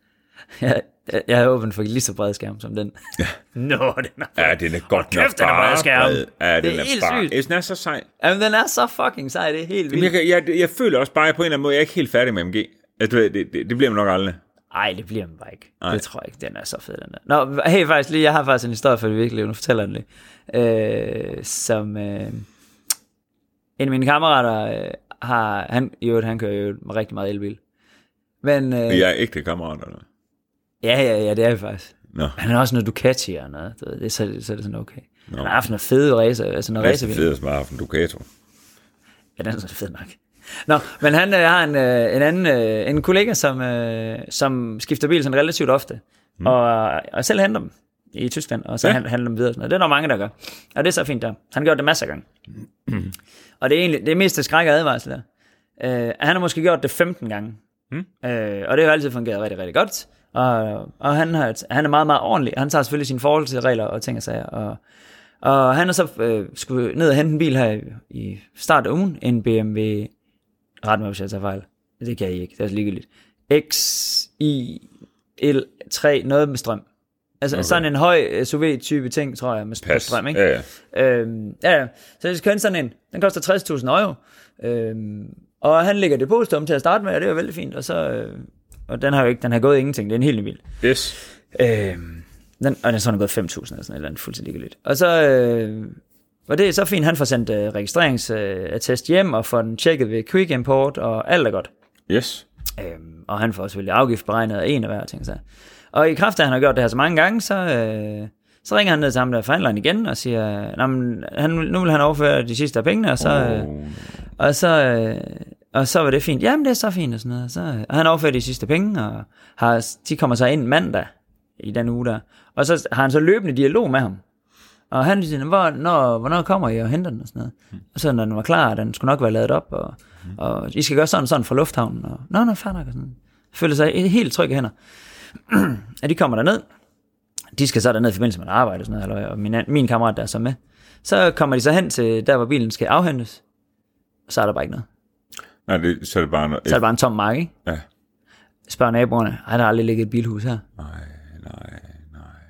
S1: Jeg, jeg, jeg havde håbet, vi fik lige så brede skærme som den. Nå, den er...
S2: Ja, den er godt
S1: kæft, den er bred skærm.
S2: bred. Ja, den
S1: Det er
S2: er,
S1: helt
S2: bare,
S1: sygt.
S2: Jeg synes, den er så sej.
S1: Jamen, den er så fucking sej, det er helt
S2: Jamen, Jeg,
S1: vildt.
S2: kan- jeg, jeg, føler også bare, at på en eller anden måde, jeg er ikke helt færdig med MG. Altså, du ved, det, det, det bliver man nok aldrig.
S1: Ej, det bliver man bare ikke. Ej. Det tror jeg ikke, den er så fed, den der. Nå, hey, faktisk lige, jeg har faktisk en historie for det virkelige, liv. nu fortæller jeg den lige. Øh, som... Øh, en af mine kammerater øh, har... Han, i øvrigt, han kører jo rigtig meget elbil. Men... Øh,
S2: Jeg er ægte kammerat, eller hvad?
S1: Ja, ja, ja, det er vi faktisk.
S2: Nå.
S1: Men han er også noget Ducati og noget. Du ved, det, så, er det, så er det sådan okay. No. Han har haft noget fede racer, altså noget
S2: Rigtig
S1: racerbil.
S2: fedt at smage en Ducato.
S1: Ja, den er sådan fed nok. Nå, men han øh, har en, øh, en anden øh, en kollega, som, øh, som skifter bil sådan relativt ofte. Mm. Og, og selv henter dem i Tyskland, og så ja.
S2: Ja.
S1: handler dem videre. og Sådan noget. Det er der mange, der gør. Og det er så fint der. Han gjorde det masser af gange. og det er egentlig det er mest det skræk og advarsel der. Øh, han har måske gjort det 15 gange.
S2: Hmm?
S1: Mm. Øh, og det har jo altid fungeret rigtig, rigtig godt. Og, og han, har, han er meget, meget ordentlig. Han tager selvfølgelig sine forholdsregler og ting og sager. Og, og han har så øh, skulle ned og hente en bil her i, i start af ugen. En BMW... Ret mig, hvis jeg tager fejl. Det kan I ikke. Det er også ligegyldigt. X, I... el, træ, noget med strøm. Altså okay. sådan en høj øh, SUV-type ting, tror jeg, med, med
S2: Pas.
S1: strøm, ikke?
S2: Ja, ja.
S1: Øhm, ja, ja. så hvis køn sådan en, den koster 60.000 euro. Øhm, og han lægger depositum til at starte med, og det er jo vældig fint. Og, så, øh, og den har jo ikke, den har gået ingenting, det er en helt ny bil.
S2: Yes.
S1: Øhm, den, og den så har den gået 5.000 eller sådan et eller andet, fuldstændig ligegyldigt. Og så, øh, og det er så fint, han får sendt øh, registreringsattest hjem, og får den tjekket ved Quick Import, og alt er godt.
S2: Yes.
S1: Øhm, og han får selvfølgelig afgiftsberegnet af en af hver ting. Så. Og i kraft af, at han har gjort det her så mange gange, så, øh, så ringer han ned til ham, der er forhandleren igen, og siger, "Nå, men han, nu vil han overføre de sidste af pengene, og så, øh,
S2: Oh.
S1: og så, øh, og så var det fint. Jamen, det er så fint og sådan noget. Så, øh, og han overfører de sidste penge, og har, de kommer så ind mandag i den uge der. Og så har han så løbende dialog med ham. Og han siger, Hvor, når, hvornår kommer I og henter den og sådan noget?
S2: Hmm.
S1: Og så når den var klar, den skulle nok være ladet op, og, og I skal gøre sådan og sådan fra lufthavnen. Og, nå, nå, fair nok og sådan Føler sig i- helt tryg i hænder. at de kommer derned. De skal så derned i forbindelse med et arbejde og sådan noget, halløj, og min, an- min kammerat der er så med. Så kommer de så hen til der, hvor bilen skal afhentes. Så er der bare ikke noget.
S2: Nej, det, så er det bare noget.
S1: Så er det bare en tom mark, ikke?
S2: Ja.
S1: Spørger naboerne, ej, der har aldrig ligget et bilhus her.
S2: Nej, nej,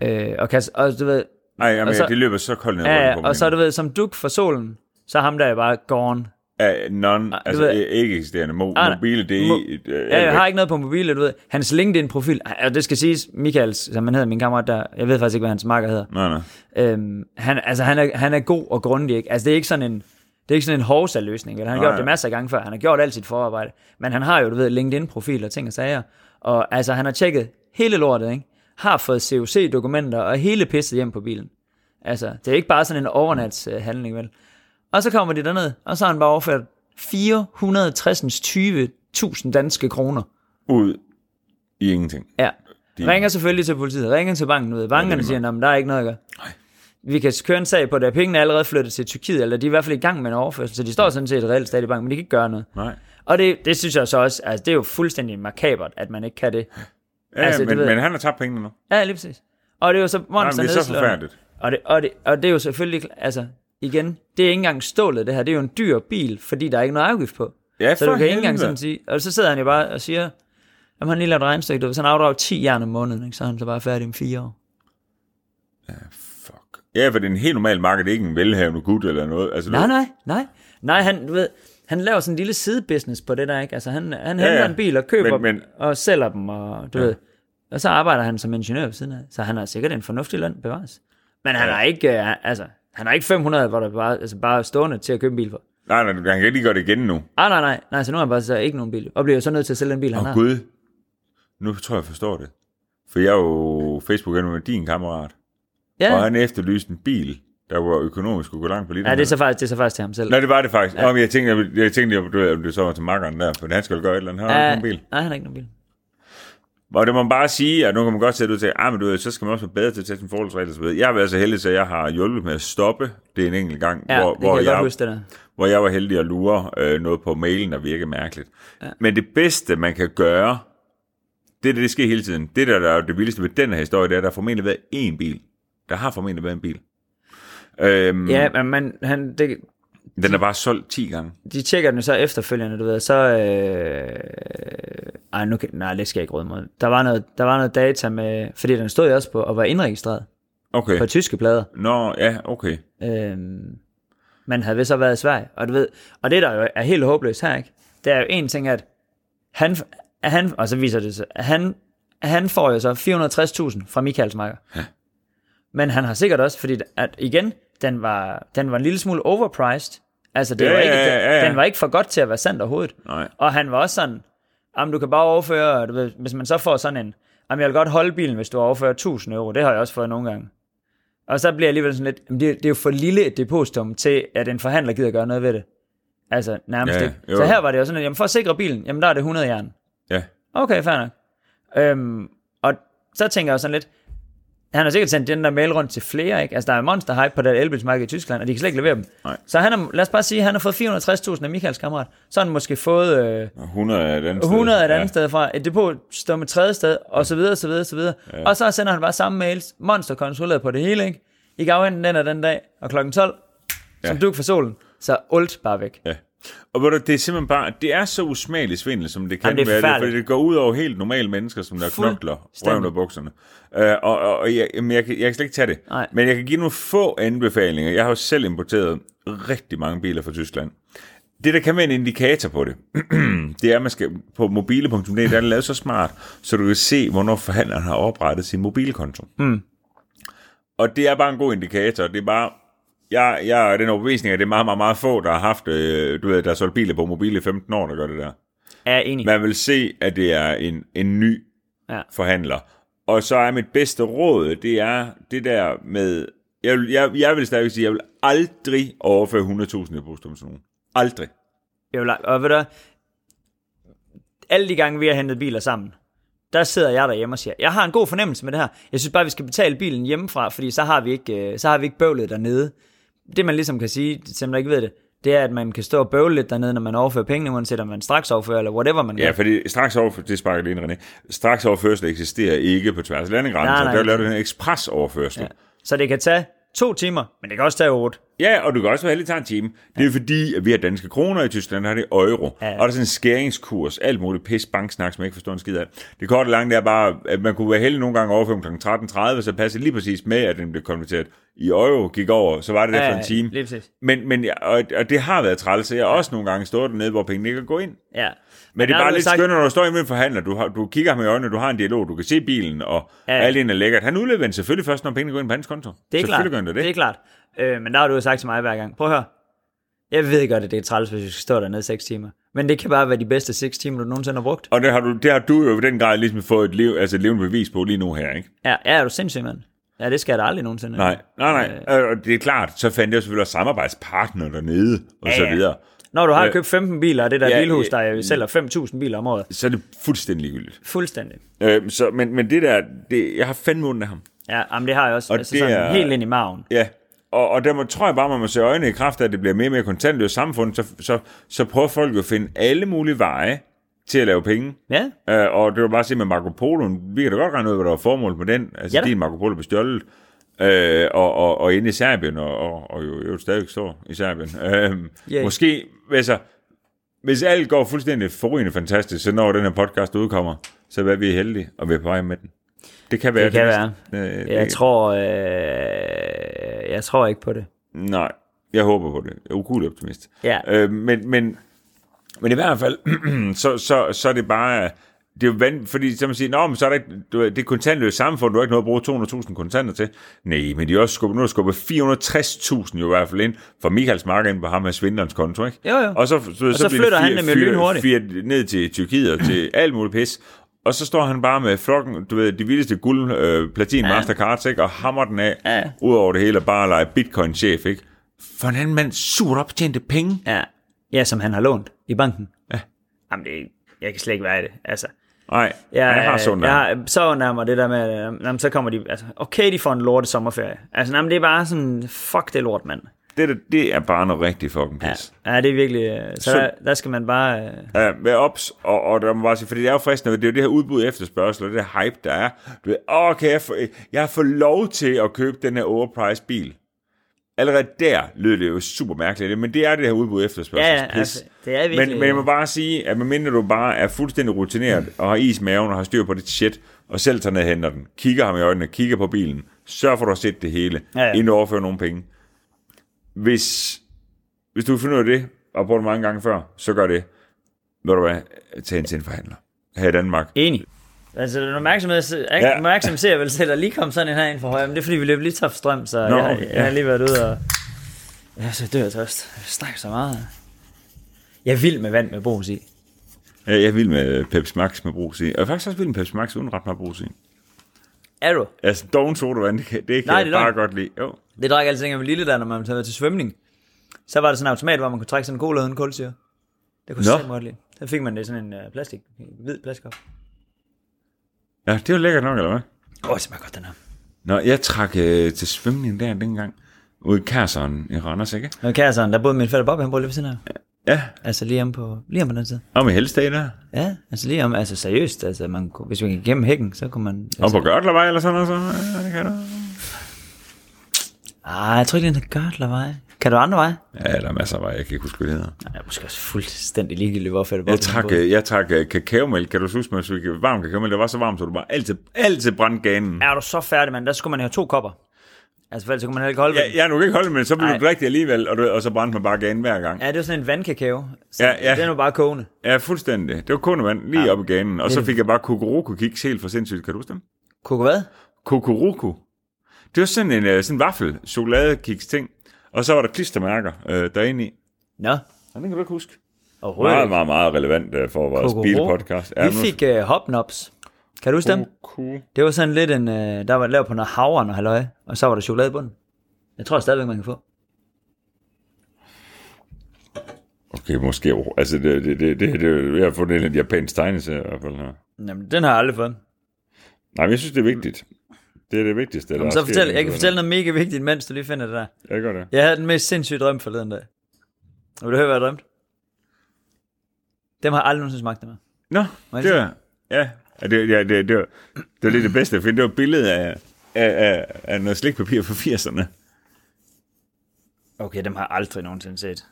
S2: nej.
S1: Øh, og, kan, og, du ved,
S2: Ej, jamen,
S1: Og så-
S2: ja, det løber så koldt ned.
S1: ja,
S2: ryggen på
S1: ja,
S2: mig
S1: og så
S2: nu.
S1: du ved, som duk for solen, så er ham der jo bare gone.
S2: Ja, non, altså
S1: Ah, ved-
S2: ved, ikke eksisterende. Mo,
S1: Ah, nej.
S2: mobile, det
S1: Mo-
S2: er... øh,
S1: Ja, jeg
S2: væk.
S1: har ikke noget på mobilen, du ved. Hans LinkedIn-profil, ej, og det skal siges, Michaels, som han hedder, min kammerat der, jeg ved faktisk ikke, hvad hans marker hedder.
S2: Nej, nej.
S1: Øhm, han, altså, han, er, han er god og grundig, ikke? Altså, det er ikke sådan en, det er ikke sådan en hovsaløsning, vel? Han har
S2: Nej.
S1: gjort det masser af gange før. Han har gjort alt sit forarbejde. Men han har jo, du ved, LinkedIn-profil og ting og sager. Og altså, han har tjekket hele lortet, ikke? Har fået COC-dokumenter og hele pisset hjem på bilen. Altså, det er ikke bare sådan en overnatshandling, vel? Og så kommer de derned, og så har han bare overført 460.000 danske kroner.
S2: Ud i ingenting.
S1: Ja.
S2: De-
S1: De... Ringer selvfølgelig til politiet, ringer til banken ud af bankerne,
S2: det er
S1: siger, at der er ikke noget at gøre. Vi kan køre en sag på det, at pengene er allerede flyttet til Tyrkiet, eller de er i hvert fald i gang med en overførsel, så de står sådan set reelt stadig i banken, men de kan ikke gøre noget.
S2: Nej.
S1: Og det, det synes jeg så også, altså det er jo fuldstændig makabert, at man ikke kan det.
S2: Ja,
S1: Altså,
S2: altså,
S1: det
S2: men,
S1: ved jeg.
S2: men han har tabt pengene nu.
S1: Ja, lige præcis. Og det er jo så
S2: Nej,
S1: monster
S2: men det er så
S1: nedslående.
S2: forfærdeligt.
S1: Og det, og, det, og det er jo selvfølgelig, altså igen, det er ikke engang stålet det her, det er jo en dyr bil, fordi der er ikke noget afgift på.
S2: Ja,
S1: så
S2: for
S1: du kan ikke engang
S2: helvede.
S1: sådan sige, og så sidder han jo bare og siger, jamen han har lige lavet et regnestykke, du ved, hvis han afdrager 10 jern om måneden, ikke, så er han så bare færdig om fire år.
S2: Fuck. Ja, for det er en helt normal marked, det er ikke en velhavende gut eller noget. Altså,
S1: Nej,
S2: du-
S1: nej, nej. Nej, han, du ved, han laver sådan en lille sidebusiness på det der, ikke? Altså, han, han
S2: Ja,
S1: henter
S2: ja.
S1: en bil og køber
S2: Men-
S1: men,
S2: men-
S1: men... og sælger dem, og du ja. ved. Og så arbejder han som ingeniør ved siden af, så han har sikkert en fornuftig løn, bevares. Men han
S2: Ja.
S1: har ikke, øh, han- altså, han har ikke 500, hvor der bare, altså, bare er stående til at købe en bil for.
S2: Nej, nej, han kan ikke lige gøre det igen nu.
S1: Ah, nej, nej, nej, så nu har han bare så ikke nogen bil, og bliver jo så nødt til at sælge den bil, han
S2: Åh,
S1: har.
S2: oh, gud. Nu tror jeg, jeg forstår det. For jeg er jo facebook med din kammerat. Ja. Og
S1: Ja,
S2: han efterlyste en bil, der var økonomisk skulle gå langt på lidt.
S1: ja det, er så faktisk, det er så faktisk til ham selv.
S2: Nej, det var det faktisk. Ja. Om jeg tænkte, jeg, jeg tænkte, jeg, du ved, om det så var til makkeren der, for han skal jo gøre et eller andet. Han har
S1: Ja,
S2: ikke nogen bil.
S1: Nej, han har ikke nogen bil.
S2: Og det må man bare sige, at nu kan man godt sætte ud til, at men du ved, så skal man også være bedre til at tage sin forholdsregler og så videre. Jeg har været så heldig, så jeg har hjulpet med at stoppe. Det er en enkelt gang,
S1: Ja,
S2: hvor,
S1: det kan
S2: hvor,
S1: jeg godt
S2: jeg,
S1: huske, det der.
S2: hvor jeg var heldig at lure øh, noget på mailen, der virker mærkeligt. Ja. Men det bedste, man kan gøre, det er det, det sker hele tiden. Det, der, der er det vildeste ved den her historie, det er, at der har formentlig været én bil. Der har formentlig været en bil. Øhm, ja.
S1: Ja, men man, han, det,
S2: Den er bare solgt 10 gange.
S1: de tjekker den jo så efterfølgende, du ved, så... Øh, ej, nu kan, nej, det skal jeg ikke råde mod. Der var, noget, der var noget data med... Fordi den stod jo også på og var indregistreret
S2: Okay.
S1: på tyske plader.
S2: Nå, ja, okay.
S1: Øh, men havde vist så været i Sverige. Og, du ved, og det, der jo er helt håbløst her, ikke? det er jo en ting, at han, at han og så viser det sig, at han, at han får jo så 460.000 fra Michaels makker. Ja. Men han har sikkert også, fordi at igen, den var, den var en lille smule overpriced. Altså, det
S2: Ja,
S1: var ikke,
S2: ja, ja, ja.
S1: Den, den var ikke for godt til at være sandt overhovedet.
S2: Nej.
S1: Og han var også sådan, jamen du kan bare overføre, du ved, hvis man så får sådan en, jamen jeg vil godt holde bilen, hvis du overfører 1000 euro, det har jeg også fået nogle gange. Og så bliver jeg alligevel sådan lidt, jamen det, det er jo for lille et depositum til, at en forhandler gider gøre noget ved det. Altså nærmest
S2: Ja,
S1: ikke.
S2: jo.
S1: Så her var det jo sådan, at jamen, for at sikre bilen, jamen der er det 100 jern.
S2: Ja.
S1: Okay, fair nok. Øhm, og så tænker jeg jo sådan lidt, han har sikkert sendt den der mail rundt til flere, ikke? Altså, der er monster hype på det der elbilsmarked i Tyskland, og de kan slet ikke levere dem.
S2: Nej.
S1: Så han har, lad os bare sige, han har fået 460.000 af Michaels kammerat. Så har han måske fået... Øh,
S2: 100 er et andet sted.
S1: 100 et andet
S2: ja.
S1: sted fra, et depot står med tredje sted, og så videre, så videre, så videre. Ja. Og så sender han bare samme mails, monster kontrolleret på det hele, ikke? I kan afhente den og den dag, og klokken 12, ja. som duk for solen, så er alt bare væk.
S2: Ja. Og ved du, det er simpelthen bare, det er så usmagelig svindel, som det kan
S1: Jamen, det er
S2: være, det,
S1: forfærdeligt.
S2: fordi det går ud over helt normale mennesker, som der
S1: Fuldstændig.
S2: knokler røven og bukserne. Uh, og og, og jeg, jamen, jeg, kan, jeg kan slet ikke tage det.
S1: Nej.
S2: Men jeg kan give nogle få anbefalinger. Jeg har jo selv importeret rigtig mange biler fra Tyskland. Det, der kan være en indikator på det, det er, at man skal på mobile.dk, der er det lavet så smart, så du kan se, hvornår forhandleren har oprettet sin mobilkonto. Og det er bare en god indikator. Det er bare, jeg, jeg er den overbevisning, at det er meget, meget, meget få, der har haft, øh, du ved, der har solgt biler på mobile i 15 år, der gør det der.
S1: Er enig.
S2: Man vil se, at det er en, en ny
S1: Ja.
S2: forhandler. Og så er mit bedste råd, det er det der med, jeg vil, jeg, jeg vil stadigvæk sige, jeg vil aldrig overføre 100.000 i postum til nogen. Aldrig.
S1: Jeg vil, og ved du, hvad? alle de gange, vi har hentet biler sammen, der sidder jeg derhjemme og siger, jeg har en god fornemmelse med det her. Jeg synes bare, vi skal betale bilen hjemmefra, fordi så har vi ikke, øh, så har vi ikke bøvlet dernede. Det, man ligesom kan sige, til dem, der ikke ved det, det er, at man kan stå og bøvle lidt dernede, når man overfører pengene, uanset om man straks overfører, eller whatever man
S2: Ja,
S1: gør.
S2: fordi straks over, det sparker det ind, René. Straks overførsel eksisterer ikke på tværs af
S1: Nej,
S2: landegrænser.
S1: nej.
S2: Der laver du en ekspresoverførsel. Ja.
S1: Så det kan tage to timer, men det kan også tage otte.
S2: Ja, og du kan også være heldig, at det tager en time. Det er jo fordi, at vi har danske kroner i Tyskland, der har det euro. Ja. Og der er sådan en skæringskurs, alt muligt pis, banksnak, som jeg ikke forstår en skid af. Det korte og lange, det er bare, at man kunne være heldig nogle gange over kl. 13.30, så passede lige præcis med, at den blev konverteret i euro, gik over, så var det der
S1: Ja,
S2: for en time.
S1: lige præcis.
S2: Men, men jeg- og, og, det har været træls, jeg har også nogle gange stået dernede, hvor pengene ikke kan gå ind.
S1: Ja.
S2: Men det
S1: der
S2: er
S1: har
S2: bare
S1: du
S2: lidt
S1: sagt-
S2: skønt, når du står inde ved en forhandler, du, har, du kigger ham i øjnene, du har en dialog, du kan se bilen, og ja. alt ind er lækkert. Han udleverer den selvfølgelig først, når pengene går ind på hans konto.
S1: Det er klart.
S2: selvfølgelig gør han da det.
S1: det er klart. Øh, men der har du jo sagt til mig hver gang, prøv at høre, jeg ved godt, at det er træls, hvis vi skal stå dernede 6 timer. Men det kan bare være de bedste 6 timer, du nogensinde har brugt.
S2: Og det har, du, det har du jo i den grad ligesom fået et, liv, altså et levende bevis på lige nu her, ikke?
S1: Ja, ja er du sindssyg, mand? Ja, det skal jeg da aldrig nogensinde.
S2: Nej, nej, nej. Øh, og det er klart, så fandt jeg jo selvfølgelig også samarbejdspartner dernede, og ja, så
S1: ja.
S2: videre.
S1: Når du har
S2: Øh,
S1: købt 15 biler, og det der
S2: ja,
S1: ja, bilhus,
S2: øh,
S1: der øh, sælger 5.000 biler om året.
S2: Så er det fuldstændig ligegyldigt.
S1: Fuldstændig.
S2: Øh, så, men, men det der, det, jeg har fandme ondt af ham.
S1: Ja, jamen, det har jeg også.
S2: Og
S1: altså,
S2: det
S1: sådan,
S2: er-
S1: Helt ind i maven.
S2: Ja, og, og der må, tror jeg bare, man må se øjnene i kraft af, at det bliver mere og mere kontantløst samfund, så, så, så prøver folk jo at finde alle mulige veje til at lave penge.
S1: Ja,
S2: Øh, og det var bare at se med Marco Polo. Vi kan da godt regne ud, hvad der var formålet med den. Altså,
S1: Ja
S2: ja,
S1: da.
S2: din Marco Polo blev stjålet. Øh, og, og, og inde i Serbien, og, og, og jo, jo stadigvæk står i Serbien. Øh,
S1: Ja.
S2: yeah. Måske, altså, hvis alt går fuldstændig forrygende fantastisk, så når den her podcast udkommer, så er vi heldige, og vi er på vej med den. Det kan være.
S1: det kan være.
S2: næste. Øh,
S1: Jeg
S2: det,
S1: tror, øh, jeg tror ikke på det.
S2: nej, jeg håber på det. Jeg er ukulig optimist.
S1: Ja.
S2: Øh, men, men, men i hvert fald, så, så, så er det bare... Det er jo vand, fordi så man siger, Nå, men så er der ikke, du, ved, det er kontantløst samfund, du har ikke noget at bruge 200.000 kontanter til. Nej, men de er også skubbet, nu er der skubbet 460.000 jo i hvert fald ind fra Michaels marker ind på ham af svindlerens konto, ikke?
S1: Jo, jo.
S2: Og så, så,
S1: så
S2: bliver
S1: flytter
S2: det
S1: han dem jo lynhurtigt.
S2: fire ned til Tyrkiet og til alt muligt pis. Og så står han bare med flokken, du ved, de vildeste guld, øh, platin, ja. mastercards, ikke? Og hammer den af,
S1: Ja.
S2: ud over det hele, og bare leger bitcoin-chef, ikke? For en anden mand surt optjente penge.
S1: Ja, ja som han har lånt i banken. Ja. Jamen, det, jeg kan slet ikke være i det. Altså,
S2: Nej,
S1: Ja,
S2: han har sådan
S1: øh, jeg
S2: noget.
S1: har så nærmer det der med, at øh, jamen, så kommer de, altså, okay, de får en lorte sommerferie. Altså, jamen, det er bare sådan, fuck det lort, mand.
S2: Det, der, det er bare noget rigtig fucking pis.
S1: Ja, det er virkelig, øh, så
S2: Så-
S1: der, der skal man bare, øh,
S2: Ja. Uh, med ops, og, og der må bare sige, fordi det er jo fristende, det er jo det her udbud og efterspørgsel, og det her hype, der er. Du ved, åh, kan jeg, få, jeg har fået lov til at købe den her overpriced bil. Allerede der lød det jo super mærkeligt, men det er det her udbud og efterspørgsel.
S1: Ja, ja, altså, det er virkelig-
S2: men, men jeg må bare sige, at medmindre du bare er fuldstændig
S1: Mm.
S2: rutineret, og har is i maven, og har styr på dit shit, og selv tager ned og henter den, kigger ham i øjnene, kigger på bilen, sørg for, at du har set det hele,
S1: Ja, ja.
S2: inden du overfører nogle penge. Hvis, hvis du finder ud af det, og har brugt det mange gange før, så gør det. Ved du hvad? Tag en til en forhandler. Her i Danmark.
S1: enig. Altså, den opmærksomhed, ja.
S2: Ja.
S1: opmærksomhed ser jeg vel selv, at lige kom sådan en her ind for højre, men det er fordi, vi løb lige tør for strøm, så
S2: Nå,
S1: jeg, jeg,
S2: ja.
S1: har lige været ude og... Ja, så dør jeg tørst. Jeg snakker så meget. Jeg er vild med vand med brus i.
S2: Jeg jeg er vild med øh, Pepsi Max med brus i. Og jeg er faktisk også vild med Pepsi Max uden ret meget brus i.
S1: Er du?
S2: Altså, doven sodavand, det kan, det kan
S1: Nej,
S2: jeg
S1: det er
S2: bare
S1: løgn.
S2: godt lide. Jo.
S1: Det drak jeg altid, da jeg var lille, der, når man havde været til svømning. Så var der sådan en automat, hvor man kunne trække sådan en cola uden kulsyre. Det kunne
S2: Nå.
S1: jeg no. godt lide. Så fik man det i sådan en øh, plastik, en hvid plastikkop.
S2: Ja, det var lækkert nok, eller hvad?
S1: Åh, oh, det smager godt, den her.
S2: Nå, jeg trak øh, til svømning der dengang. Ude i Kærseren i Randers, ikke?
S1: Men kæresten, der boede min fætter Bob, han boede lige ved siden af.
S2: Ja,
S1: Altså lige om på, lige om på den side.
S2: om i Helsdag der.
S1: Ja, altså lige om, altså seriøst, altså man kunne, hvis vi gik igennem hækken, så kunne man...
S2: Om
S1: Altså,
S2: på Gørtlervej eller sådan noget. Så. Ja, det kan jeg da.
S1: ah, jeg tror ikke, det er en gørtlervej. Kan du andre veje?
S2: Ja, der er masser af veje, jeg kan ikke huske, hvad det hedder.
S1: Nej, jeg er måske også fuldstændig ligegyldigt, hvorfor det var.
S2: Jeg trak, øh, jeg trak øh, kakaomælk, kan du huske, man fik varm kakaomælk, det var så varmt, så du bare altid, altid brændte ganen.
S1: Er du så færdig, mand? Der skulle man have to kopper. Altså, for ellers så kunne man heller ikke holde
S2: Ja,
S1: ja, ja.
S2: jeg er nu kan ikke holde med, så blev
S1: Nej.
S2: det rigtigt alligevel, og, du, og så brændte man bare ganen hver gang.
S1: ja, det er jo sådan en vandkakao. Så
S2: Ja, ja.
S1: Det er nu bare kogende.
S2: Ja, fuldstændig. Det var kundevand lige ja. op i ganen, og så fik jeg bare kokoroko kiks helt for sindssygt, kan du huske dem?
S1: Koko hvad?
S2: Kokoroko. Det var sådan en øh, sådan en vaffel, chokoladekiks ting, og så var der klistermærker øh, derinde i.
S1: Nå,
S2: Ja, den kan du ikke huske.
S1: overhovedet
S2: Meget,
S1: ikke.
S2: meget, meget relevant øh, for vores
S1: Koko.
S2: bilpodcast.
S1: Vi fik uh, hopnops. Kan du huske dem?
S2: Koko.
S1: Det var sådan lidt en, øh, der var lavet på noget havren og halløj, og så var der chokolade i bunden. Jeg tror stadigvæk, man kan få.
S2: Okay, måske. over- Altså, det, det, det, det, det jeg har fundet en af de japanske tegneserier i hvert fald her.
S1: Jamen, den har jeg aldrig fået.
S2: Nej, men jeg synes, det er vigtigt. Det er det vigtigste. der
S1: Jamen,
S2: er
S1: så
S2: sket
S1: fortæl, jeg
S2: indtil
S1: kan
S2: videre.
S1: fortælle noget mega vigtigt, mens du lige finder det der.
S2: Jeg gør det.
S1: Jeg havde den mest sindssyge drøm forleden dag. Vil du høre, hvad jeg drømte? Dem har jeg aldrig nogensinde smagt det med.
S2: Nå,
S1: jeg
S2: det var... Ja, ja, det, ja, det, det, var, det var lidt det bedste, for det var et billede af, af, af, af noget slikpapir fra 80'erne.
S1: Okay, dem har jeg aldrig nogensinde set.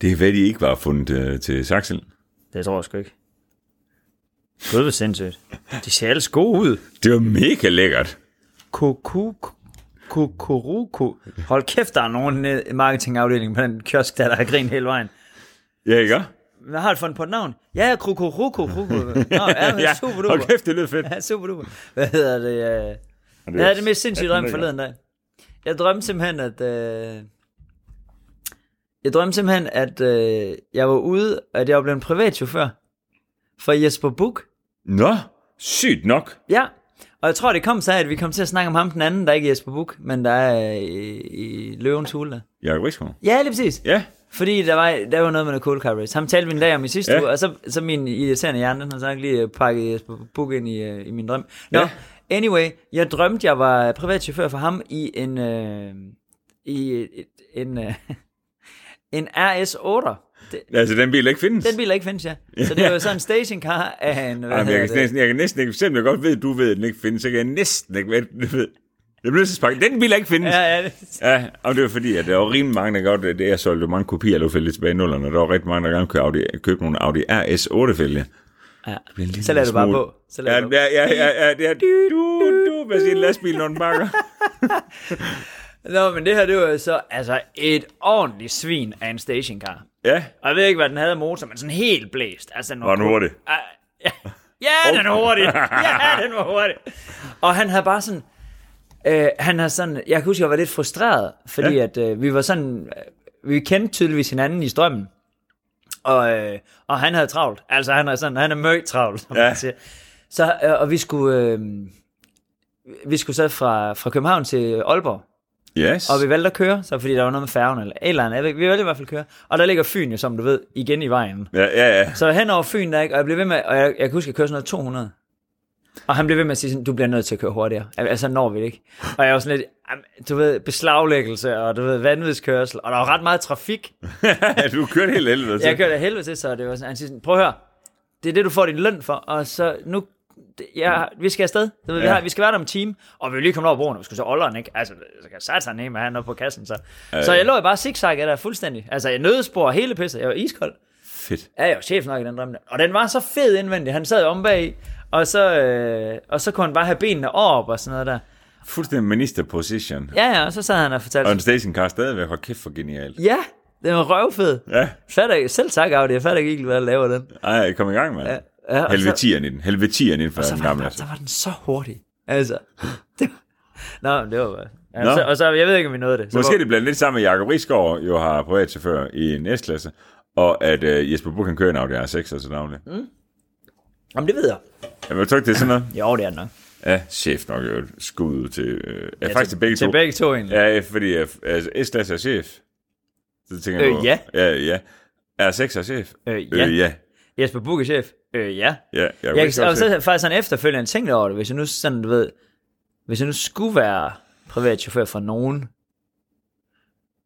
S2: Det er hvad, de ikke var fundet øh, til Saxel.
S1: Det tror jeg sgu ikke. Gud, hvor sindssygt. De ser ellers gode ud.
S2: Det var mega lækkert.
S1: Koku... Kokoruko. Hold kæft, der er nogen nede i marketingafdelingen på den kiosk, der, der har grinet hele vejen.
S2: Ja, ikke? også?
S1: Hvad har du fundet på et navn? Ja, ja, Kokoruko. Ruko. Nå, ja, men super duper.
S2: hold kæft, det lød fedt.
S1: Ja, super duper. Hvad hedder det? øh?
S2: Og
S1: Jeg
S2: var
S1: havde det mest sindssyge drøm
S2: 18
S1: forleden dag. Jeg drømte simpelthen, at... Øh, jeg drømte simpelthen, at øh, jeg var ude, at jeg var blevet en privatchauffør for Jesper Buch.
S2: Nå, sygt nok.
S1: Ja, og jeg tror, det kom så af, at vi kom til at snakke om ham den anden, der ikke er Jesper Buch, men der er øh, i, i Løvens Hule. der.
S2: Jakob Risgaard.
S1: Ja, lige præcis.
S2: Ja,
S1: Fordi der var, der var noget med noget cold car race. Ham talte vi en dag om i sidste
S2: Ja.
S1: ja. uge, og så, så min irriterende hjerne, den har så ikke lige øh, pakket Jesper Buch ind i, øh, i min drøm. Nå,
S2: Ja.
S1: ja. anyway, jeg drømte, jeg var privatchauffør for ham i en, øh, i et, en, øh, en RS8. Det,
S2: altså den bil der ikke findes.
S1: den bil, der ikke findes, ja. Så det var jo sådan en stationcar af en... Hvad
S2: Jamen, jeg,
S1: hedder
S2: kan
S1: det?
S2: næsten, jeg kan næsten ikke, selvom jeg godt ved, at du ved, at den ikke findes, så kan jeg næsten ikke ved, at du ved. Jeg bliver nødt til at sparke. Den bil der ikke findes.
S1: Ja, ja, det-
S2: Ja, og det var fordi, at der var rimelig mange, der godt, det jeg solgte mange kopier, der var fældet tilbage i nullerne, og der var rigtig mange, der gerne kunne Audi, købe nogle Audi RS 8 fælge.
S1: ja.
S2: bliver en lille
S1: Så lader du bare
S2: smule-
S1: på. Så lader
S2: Ja,
S1: du bare
S2: ja, ja, ja, ja, det er du, du, med sin lastbil, når den bakker.
S1: på. Nå, men det her, det var jo så altså et ordentligt svin af en stationcar.
S2: Ja,
S1: Og jeg ved ikke, hvad den havde af motor, men sådan helt blæst. Altså, den
S2: Var den hurtig?
S1: Ah, Ja, ja den var hurtig. Ja, den var hurtig. Og han havde bare sådan... Øh, han havde sådan... Jeg kan huske, jeg var lidt frustreret, fordi
S2: Ja.
S1: ja. at øh, vi var sådan... øh, Vi kendte tydeligvis hinanden i strømmen. Og, øh, og han havde travlt. Altså, han er sådan... Han er møg travlt, som
S2: Ja.
S1: ja. man siger. Så, øh, og vi skulle... Øh, vi skulle så fra, fra København til Aalborg.
S2: yes.
S1: Og vi valgte at køre, så fordi der var noget med færgen eller et eller andet. Jeg ved ikke, Vi valgte i hvert fald at køre. Og der ligger Fyn jo, som du ved, igen i vejen.
S2: Ja, ja, ja.
S1: Så hen over Fyn, der, ikke, og jeg blev ved med, og jeg, jeg kan huske, at jeg kørte sådan noget 200. Og han blev ved med at sige sådan, du bliver nødt til at køre hurtigere. Al- Altså, når vi det ikke. Og jeg var sådan lidt, "Jamen, du ved, beslaglæggelse, og du ved, vanvidskørsel, og der var ret meget trafik.
S2: du kørte helt helvede til.
S1: Jeg kørte af helvede til, så det var sådan, han siger sådan, prøv at høre, det er det, du får din løn for, og så nu, det- jeg, vi skal afsted, du ved, vi,
S2: Ja.
S1: har, vi skal være der om en time, og vi er lige kommet over broen, og vi skulle så Olleren, ikke? Altså, så kan jeg sætte sig ned med han oppe på kassen, så. Så jeg lå jo bare zigzag af der fuldstændig. Altså, jeg nødespor og hele pisset, jeg var iskold.
S2: Fedt.
S1: Ja, jeg var chef nok i den drøm. der. Og den var så fed indvendig. Han sad jo om bag og så, øh, og så kunne han bare have benene op og sådan noget der.
S2: Fuldstændig minister position.
S1: Ja, ja, og så sad han og fortalte.
S2: Og en stationcar stadigvæk, hold kæft for genialt.
S1: Ja, den var røvfed.
S2: Ja,
S1: Fatter ikke, selv tak, Audi. Jeg fatter ikke helt, hvad der laver den.
S2: ej, kom i gang, mand.
S1: Ja, og så,
S2: Helvetieren i den, helvetieren inden for
S1: så,
S2: den
S1: var
S2: gamle. altså.
S1: den, så var den så hurtig. Altså, det var... Nå, men det var bare... Ja,
S2: Nå.
S1: så, og så, jeg ved ikke, om vi nåede det. Så
S2: Måske det blander lidt sammen med, at Jacob Risgaard jo har privatchauffør i en S-klasse, og at øh, Jesper Buch kan køre en Audi R6 og sådan noget. Mm.
S1: Jamen, det ved jeg.
S2: Jeg tror ikke, det er sådan noget.
S1: Jo, det er det nok.
S2: Ja, chef nok jo et skud til, øh, ja, faktisk til begge
S1: Til
S2: to.
S1: begge to, egentlig.
S2: Ja, fordi øh, altså, S-klasse er chef. Så tænker
S1: Øh,
S2: du,
S1: ja.
S2: Ja, ja. R6 er chef.
S1: Øh, ja.
S2: Øh, ja.
S1: Jesper Bukke, chef. Øh, ja.
S2: Ja, jeg,
S1: Jeg kan, altså, og så har jeg faktisk sådan efterfølgende tænkt over det, hvis jeg nu sådan, du ved, hvis jeg nu skulle være privatchauffør for nogen,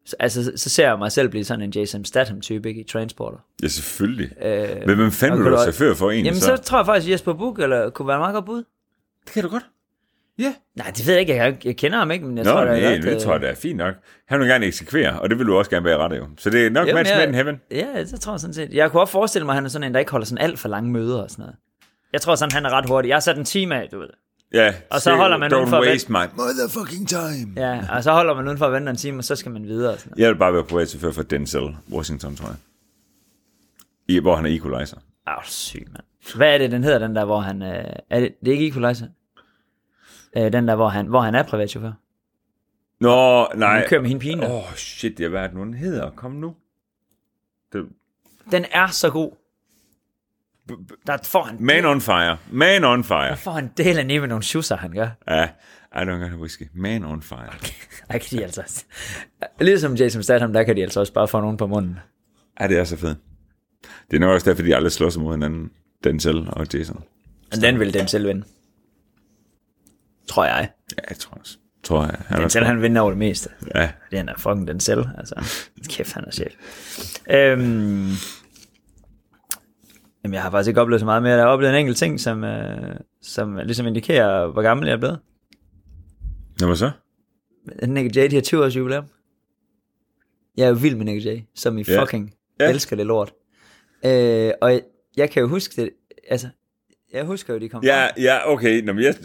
S1: så, altså, så ser jeg mig selv blive sådan en Jason Statham-type, ikke? I Transporter.
S2: Ja, selvfølgelig.
S1: Øh,
S2: Men hvem fanden
S1: og
S2: vil du
S1: kunne
S2: være
S1: du-
S2: chauffør for en,
S1: Jamen,
S2: så?
S1: så tror jeg faktisk, at Jesper Buch eller, kunne være en meget godt bud.
S2: Det kan du godt. Ja.
S1: Nej, det ved jeg ikke. Jeg, jeg kender ham ikke, men jeg
S2: Nå,
S1: tror, da
S2: nej,
S1: godt, øh,
S2: det, det tror jeg, det er fint nok. Han vil gerne eksekvere, og det vil du også gerne være ret jo. Så det er nok
S1: Jo, men
S2: match
S1: jeg-
S2: made in heaven.
S1: Ja, det tror jeg sådan set. Jeg kunne også forestille mig, at han er sådan en, der ikke holder sådan alt for lange møder og sådan noget. Jeg tror sådan, han er ret hurtig. Jeg har sat en time af, du ved.
S2: Ja,
S1: Og så holder man
S2: Don't
S1: udenfor, vel?
S2: waste my motherfucking time.
S1: Ja, og så holder man udenfor og venter en time, og så skal man videre og sådan noget.
S2: Jeg vil bare være privatchauffør for Denzel Washington, tror jeg. I, hvor han er equalizer.
S1: Åh, syg, mand. Hvad er det, den hedder, den der, hvor han... Øh, er det, det er ikke Equalizer? Øh, den der, hvor han, hvor han er privatchauffør.
S2: Nå, nej.
S1: Han kører med hende pigen der.
S2: Åh, oh, shit, jeg ved, hvad den hedder. Kom nu. Det,
S1: Den er så god. Der får han...
S2: man on fire. Man on fire.
S1: Der får han delen af med nogle schusser, han gør.
S2: Ja, I don't got a whiskey. Man on fire.
S1: Der kan de altså... også- Ligesom Jason Statham, der kan de altså også bare få nogen på munden.
S2: Ja, det er så fedt. Det er nok også derfor, de aldrig slås mod hinanden. Denzel og Jason.
S1: Men den vil den selv vinde. Tror jeg.
S2: Ja, jeg tror også. Tror jeg. Han er-
S1: Den selv, han vinder over det meste.
S2: Ja,
S1: Fordi han er fucking den selv. Altså, kæft, han er chef. Øhm, jamen, jeg har faktisk ikke oplevet så meget mere. Jeg har oplevet en enkelt ting, som, øh, som ligesom indikerer, hvor gammel jeg er blevet.
S2: Nå, hvad så?
S1: Nick J, de har 20 års jubilæum. Jeg er jo vild med Nick J, som i
S2: Ja.
S1: fucking
S2: Ja.
S1: elsker det lort. Øh, og jeg, jeg kan jo huske det, altså, jeg husker jo, de kom
S2: Ja,
S1: frem.
S2: ja, okay. Nå, men jeg,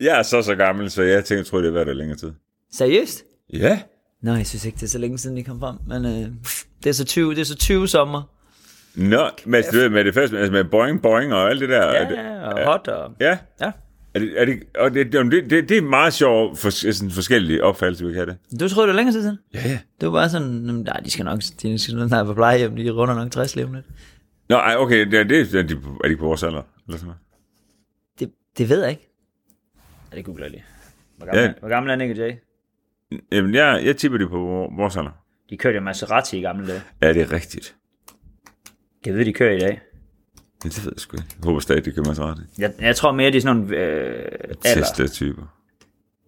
S2: jeg er så så gammel, så jeg tænker, jeg tror, det har været der længere tid.
S1: Seriøst?
S2: Ja.
S1: Nå, jeg synes ikke, det er så længe siden, de kom frem, men øh, det, er så 20, det er så 20 sommer.
S2: Nå, men du ved, med det første, altså med boing, boing og alt det der. er
S1: Ja,
S2: det,
S1: ja, og hot, og
S2: ja.
S1: ja.
S2: Er det, er det, og det, det, det, det er meget sjovt for, sådan forskellige opfattelser, vi kan have det.
S1: Du troede, det var længere tid siden?
S2: Ja, ja.
S1: Det var bare sådan, "Jamen, nej, de skal nok, de skal nok på plejehjem, de runder nok 60 lige om lidt.
S2: Nå, ej, okay, det, er- det, er, de, er de på vores alder? Eller sådan noget?
S1: Det, det ved jeg ikke. Ja, det googler jeg lige. Hvor
S2: gammel Ja.
S1: gammel,
S2: er-
S1: ja. hvor gammel er Nick Jay?
S2: Jamen, jeg, jeg tipper de er på vor- vores alder.
S1: De kørte jo Maserati i gamle dage.
S2: Ja, det er rigtigt.
S1: Jeg ved, de kører i dag.
S2: Men det ved jeg sgu ikke. Jeg håber stadig, det kan man så ret i.
S1: Jeg, jeg tror mere, de er sådan nogle øh, alder.
S2: Tesla-typer.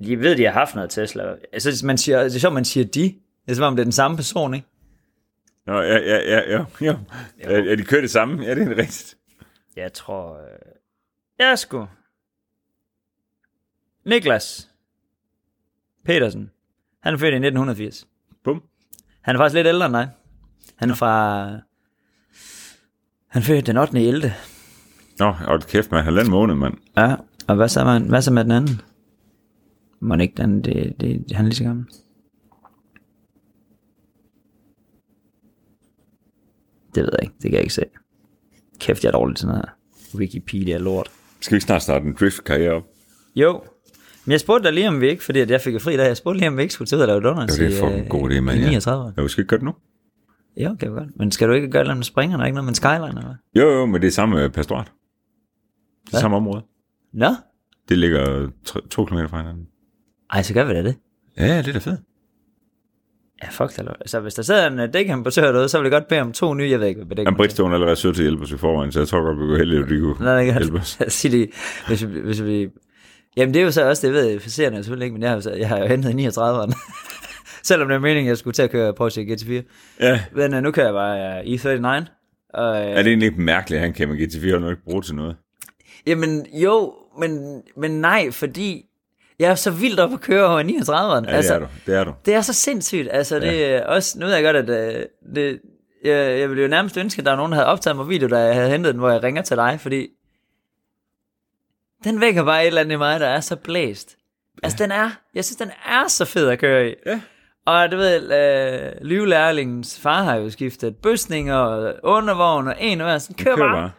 S1: De ved, de har haft noget Tesla. Altså, man siger, det er sjovt, man siger de. Det er som om, det er den samme person, ikke?
S2: Nå, ja, ja, ja, jo, jo. Er, er de kørt det samme? Ja, det er rigtigt.
S1: Jeg tror... Øh... Jeg sgu. Niklas Petersen. Han er født i 1980.
S2: Bum.
S1: Han er faktisk lidt ældre end dig. Han er fra... Han er født den 8. i 11.
S2: Nå, og kæft, man. Halvanden måned, mand.
S1: Ja, og hvad så, med, hvad så med den anden? Må den ikke den, det, det, han er lige så gammel. Det ved jeg ikke, det kan jeg ikke se. Kæft, jeg er dårlig til sådan noget her. Wikipedia er lort.
S2: Skal vi ikke snart starte en drift-karriere op?
S1: Jo, men jeg spurgte dig lige om vi ikke, fordi at jeg fik jo fri dag, jeg spurgte lige om vi ikke skulle til at lave donuts
S2: Jo, Altså, det er
S1: i,
S2: fucking
S1: øh,
S2: god idé, mand,
S1: i
S2: ja.
S1: 39 år.
S2: Ja, vi skal ikke gøre det nu.
S1: Jo, kan vi godt. Men skal du ikke gøre noget med springerne, ikke noget med en skyline, eller hvad?
S2: Jo, jo, men det er samme øh, pastorat. Det er
S1: Hvad?
S2: samme område.
S1: Nå?
S2: Det ligger tre, to kilometer fra hinanden.
S1: Ej, så gør vi da det.
S2: Ja, det er da fedt.
S1: Ja, fuck da lort. Altså, hvis der sidder en øh, dækamportør derude, så vil jeg godt bede om to nye, jeg ved ikke, hvad
S2: Jamen,
S1: dækamportør
S2: Britt stod allerede sød til at hjælpe os i forvejen, så jeg tror godt, vi kunne heldige, at de kunne
S1: Nej, det er
S2: hjælpe os.
S1: godt. Jeg siger lige, hvis vi, hvis vi... Jamen, det er jo så også, det ved jeg, seerne er selvfølgelig ikke, men jeg har, jo så- jeg har jo hentet 39'eren. Selvom det var meningen, at jeg skulle til at køre Porsche GT4.
S2: Ja.
S1: Men øh, nu kører jeg bare øh, E39. Og, øh,
S2: Er det egentlig ikke mærkeligt, at han kan med GT4 og ikke bruge til noget?
S1: Jamen jo, men, men nej, fordi jeg er så vildt op at køre over 39'eren.
S2: Ja, altså, det er du. Det er du.
S1: det er så sindssygt. Altså, det er også, nu ved jeg godt, at øh, det, jeg, jeg ville jo nærmest ønske, at der var nogen, der havde optaget mig video, da jeg havde hentet den, hvor jeg ringer til dig, fordi den vækker bare et eller andet i mig, der er så blæst. Altså, den er, jeg synes, den er så fed at køre i.
S2: Ja.
S1: Og du ved, øh, livlærlingens far har jo skiftet bøsninger og undervogn og en og hver, sådan kører,
S2: Kør
S1: bare.
S2: bare.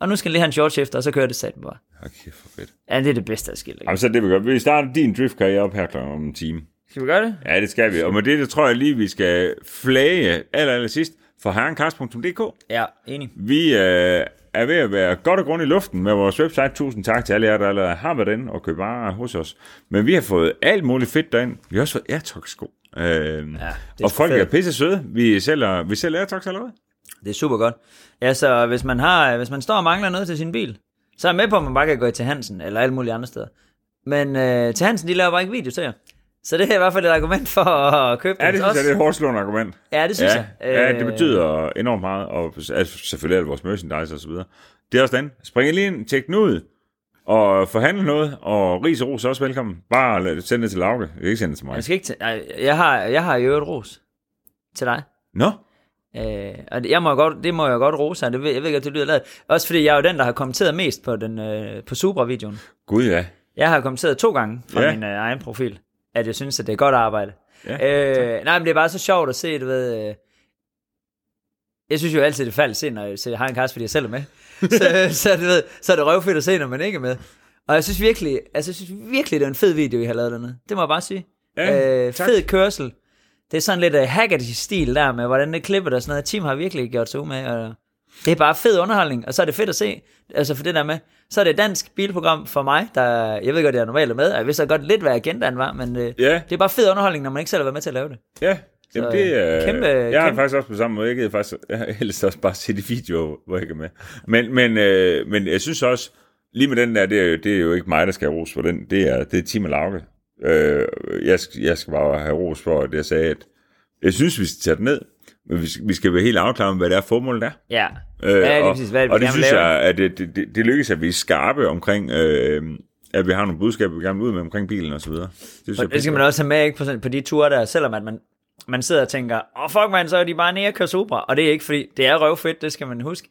S1: Og nu skal den lige have en short shift, og så kører det satme bare.
S2: Okay, for fedt.
S1: Ja, det er det bedste af skilt. ikke?
S2: Jamen, så er det, vi gør. Vi starter din driftkarriere op her klokken om en time.
S1: Skal vi gøre det?
S2: Ja, det skal vi. Og med det, det tror jeg lige, vi skal flage aller, aller sidst for herrenkars.dk.
S1: Ja, enig.
S2: Vi øh, er ved at være godt og grundigt i luften med vores website. Tusind tak til alle jer, der allerede har været den og købt varer hos os. Men vi har fået alt muligt fedt derind. Vi har også fået Airtox-sko. Øh, ja,
S1: sgu
S2: og folk
S1: fedt.
S2: er pisse søde. Vi sælger, vi sælger Airtox allerede.
S1: Det er super godt. Ja, så hvis man, har, hvis man står og mangler noget til sin bil, så er jeg med på, at man bare kan gå til Hansen eller alle mulige andre steder. Men øh, til Hansen, de laver bare ikke video til jer. Så det er i hvert fald et argument for at købe
S2: Ja,
S1: den
S2: det
S1: hos
S2: synes
S1: os.
S2: jeg, det er et hårdt slående argument.
S1: Ja, det synes
S2: ja,
S1: jeg.
S2: ja, det
S1: Øh,
S2: betyder enormt meget. Og altså, selvfølgelig er det vores merchandise og så videre. Det er også den. Spring lige ind, tjek den ud. og forhandle noget, og ris og ros er også velkommen. Bare lad- send det til Lauke, Jeg kan ikke sende det til mig.
S1: Jeg, skal ikke til, nej, jeg, har, jeg har i øvrigt ros til dig.
S2: Nå,
S1: Øh, og det, jeg må jo godt, det må jeg jo godt rose her. Det ved, jeg ved ikke, at det lyder lavet. Også fordi jeg er jo den, der har kommenteret mest på, den, øh, på Supra-videoen.
S2: gud ja.
S1: Jeg har kommenteret to gange fra
S2: Ja.
S1: min øh, egen profil, at jeg synes, at det er godt arbejde.
S2: Ja,
S1: øh, nej, men det er bare så sjovt at se, du ved... Øh, jeg synes jo altid, det er faldt sent, når jeg ser- har en kasse, fordi jeg selv er med. så, så, du ved, så er det røvfedt at se, når man ikke er med. Og jeg synes virkelig, altså, jeg synes virkelig det er en fed video, I har lavet dernede. Det må jeg bare sige.
S2: Ja,
S1: øh,
S2: tak.
S1: fed kørsel. Det er sådan lidt uh, Haggard-stil der med, hvordan det klipper og sådan noget. Team har virkelig gjort sig ud med. Og det er bare fed underholdning, og så er det fedt at se. Altså for det der med, så er det et dansk bilprogram for mig, der, jeg ved godt, jeg er normalt er med, og jeg vidste godt lidt, hvad agendaen var, men øh,
S2: Ja,
S1: det er bare fed underholdning, når man ikke selv har været med til at lave det.
S2: ja. Jamen,
S1: Så, øh,
S2: det, er,
S1: kæmpe-
S2: jeg har
S1: kæmpe-
S2: faktisk også på samme måde. Jeg gider faktisk jeg har helst også bare se de videoer, hvor jeg ikke er med. Men, men, øh, men jeg synes også, lige med den der, det er, jo- det er jo ikke mig, der skal have ros for den. Det er, det er Tim og Lauke. Øh, jeg, skal- jeg skal bare have ros for, at jeg sagde, at jeg synes, vi skal tage den ned. Men vi skal, vi skal være helt afklaret om, hvad det er, formålet er.
S1: Ja, øh, ja lige præcis, hvad er det,
S2: og
S1: vi
S2: det
S1: gerne vil
S2: synes
S1: lave?
S2: jeg, at det, det, det, det lykkes, at vi er skarpe omkring, øh, at vi har nogle budskaber, vi gerne vil ud med omkring bilen og så videre. Det, synes
S1: Og det skal man også have med ikke, på, sådan, på de ture der, selvom at man, man sidder og tænker, åh oh, fuck man, så er de bare nede og kører Supra, og det er ikke fordi, det er røvfedt, det skal man huske.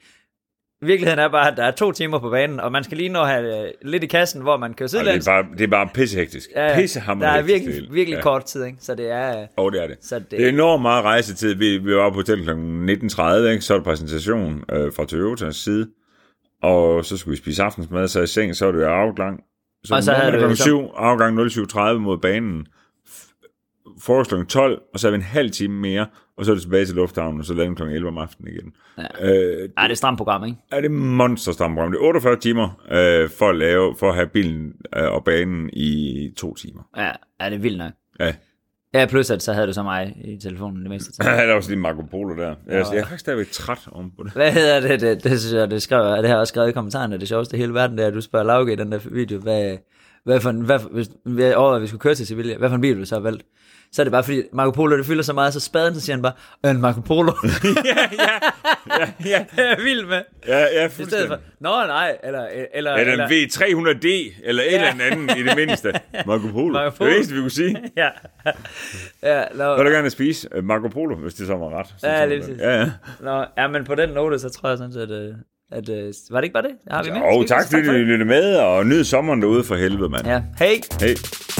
S1: Virkeligheden er bare, at der er to timer på banen, og man skal lige nå at have øh, lidt i kassen, hvor man kører
S2: det, er
S1: sidelæns.
S2: bare, det er bare pissehektisk. Ja,
S1: der er virkelig, virkelig ja. kort tid, ikke? så det er... øh,
S2: Og det er det.
S1: Så det-
S2: det... det er enormt meget rejsetid. Vi, vi var på hotel kl. 19.30, ikke? så var der præsentation øh, fra Toyotas side, og så skulle vi spise aftensmad, så i seng, så var det jo afgang. Så,
S1: Og så havde
S2: morgen
S1: du ligesom- jo
S2: klokken
S1: så-
S2: 7, afgang 07.30 mod banen, F- frokost kl. 12, og så er vi en halv time mere, og så er det tilbage til lufthavnen, og så lander vi kl. 11 om aftenen igen. Ja. Øh,
S1: Ej, det er et stramt program, ikke?
S2: er det monsterstramprogram. Det er 48 timer øh, for, at lave, for at have bilen øh, og banen i to timer.
S1: Ja, ja det er vildt nok.
S2: Ja.
S1: Ja, plus at så havde du så mig i telefonen det meste tid.
S2: Der er også lige Marco Polo der. Jeg, jeg er faktisk stadigvæk træt om på det.
S1: Hvad hedder det? Det, det synes jeg, det, skrev, jeg- det har jeg også skrevet i kommentarerne. Det sjoveste i hele verden, det er, at du spørger Lauke i den der video, hvad, hvad for en, hvad, for- hvis, hvad, over, vi skulle køre til Sevilla, hvad for en bil vil du så have valgt? Så er det bare fordi, Marco Polo, det fylder så meget, så spaden, så siger han bare, en Marco Polo.
S2: ja,
S1: det er jeg vild med.
S2: ja, ja
S1: I stedet for, nå nej, eller, eller,
S2: Eller en V300D, eller et eller andet i det mindste. Marco Polo.
S1: Marco Polo.
S2: Marco Polo. Det er det eneste, vi kunne sige.
S1: ja. ja,
S2: Hvad
S1: nå,
S2: vil du gerne spise? Øh, Marco Polo, hvis det så var ret. Så
S1: Ja,
S2: tog
S1: lige
S2: vi den.
S1: præcis.
S2: Ja, ja.
S1: nå, ja, men på den note, så tror jeg sådan set, at, at, øh, var det ikke bare det? Har vi mere?
S2: Og
S1: Skal vi-
S2: tak, fordi du lyttede med, og nyd sommeren derude for helvede, mand.
S1: Ja, hej.
S2: Hej.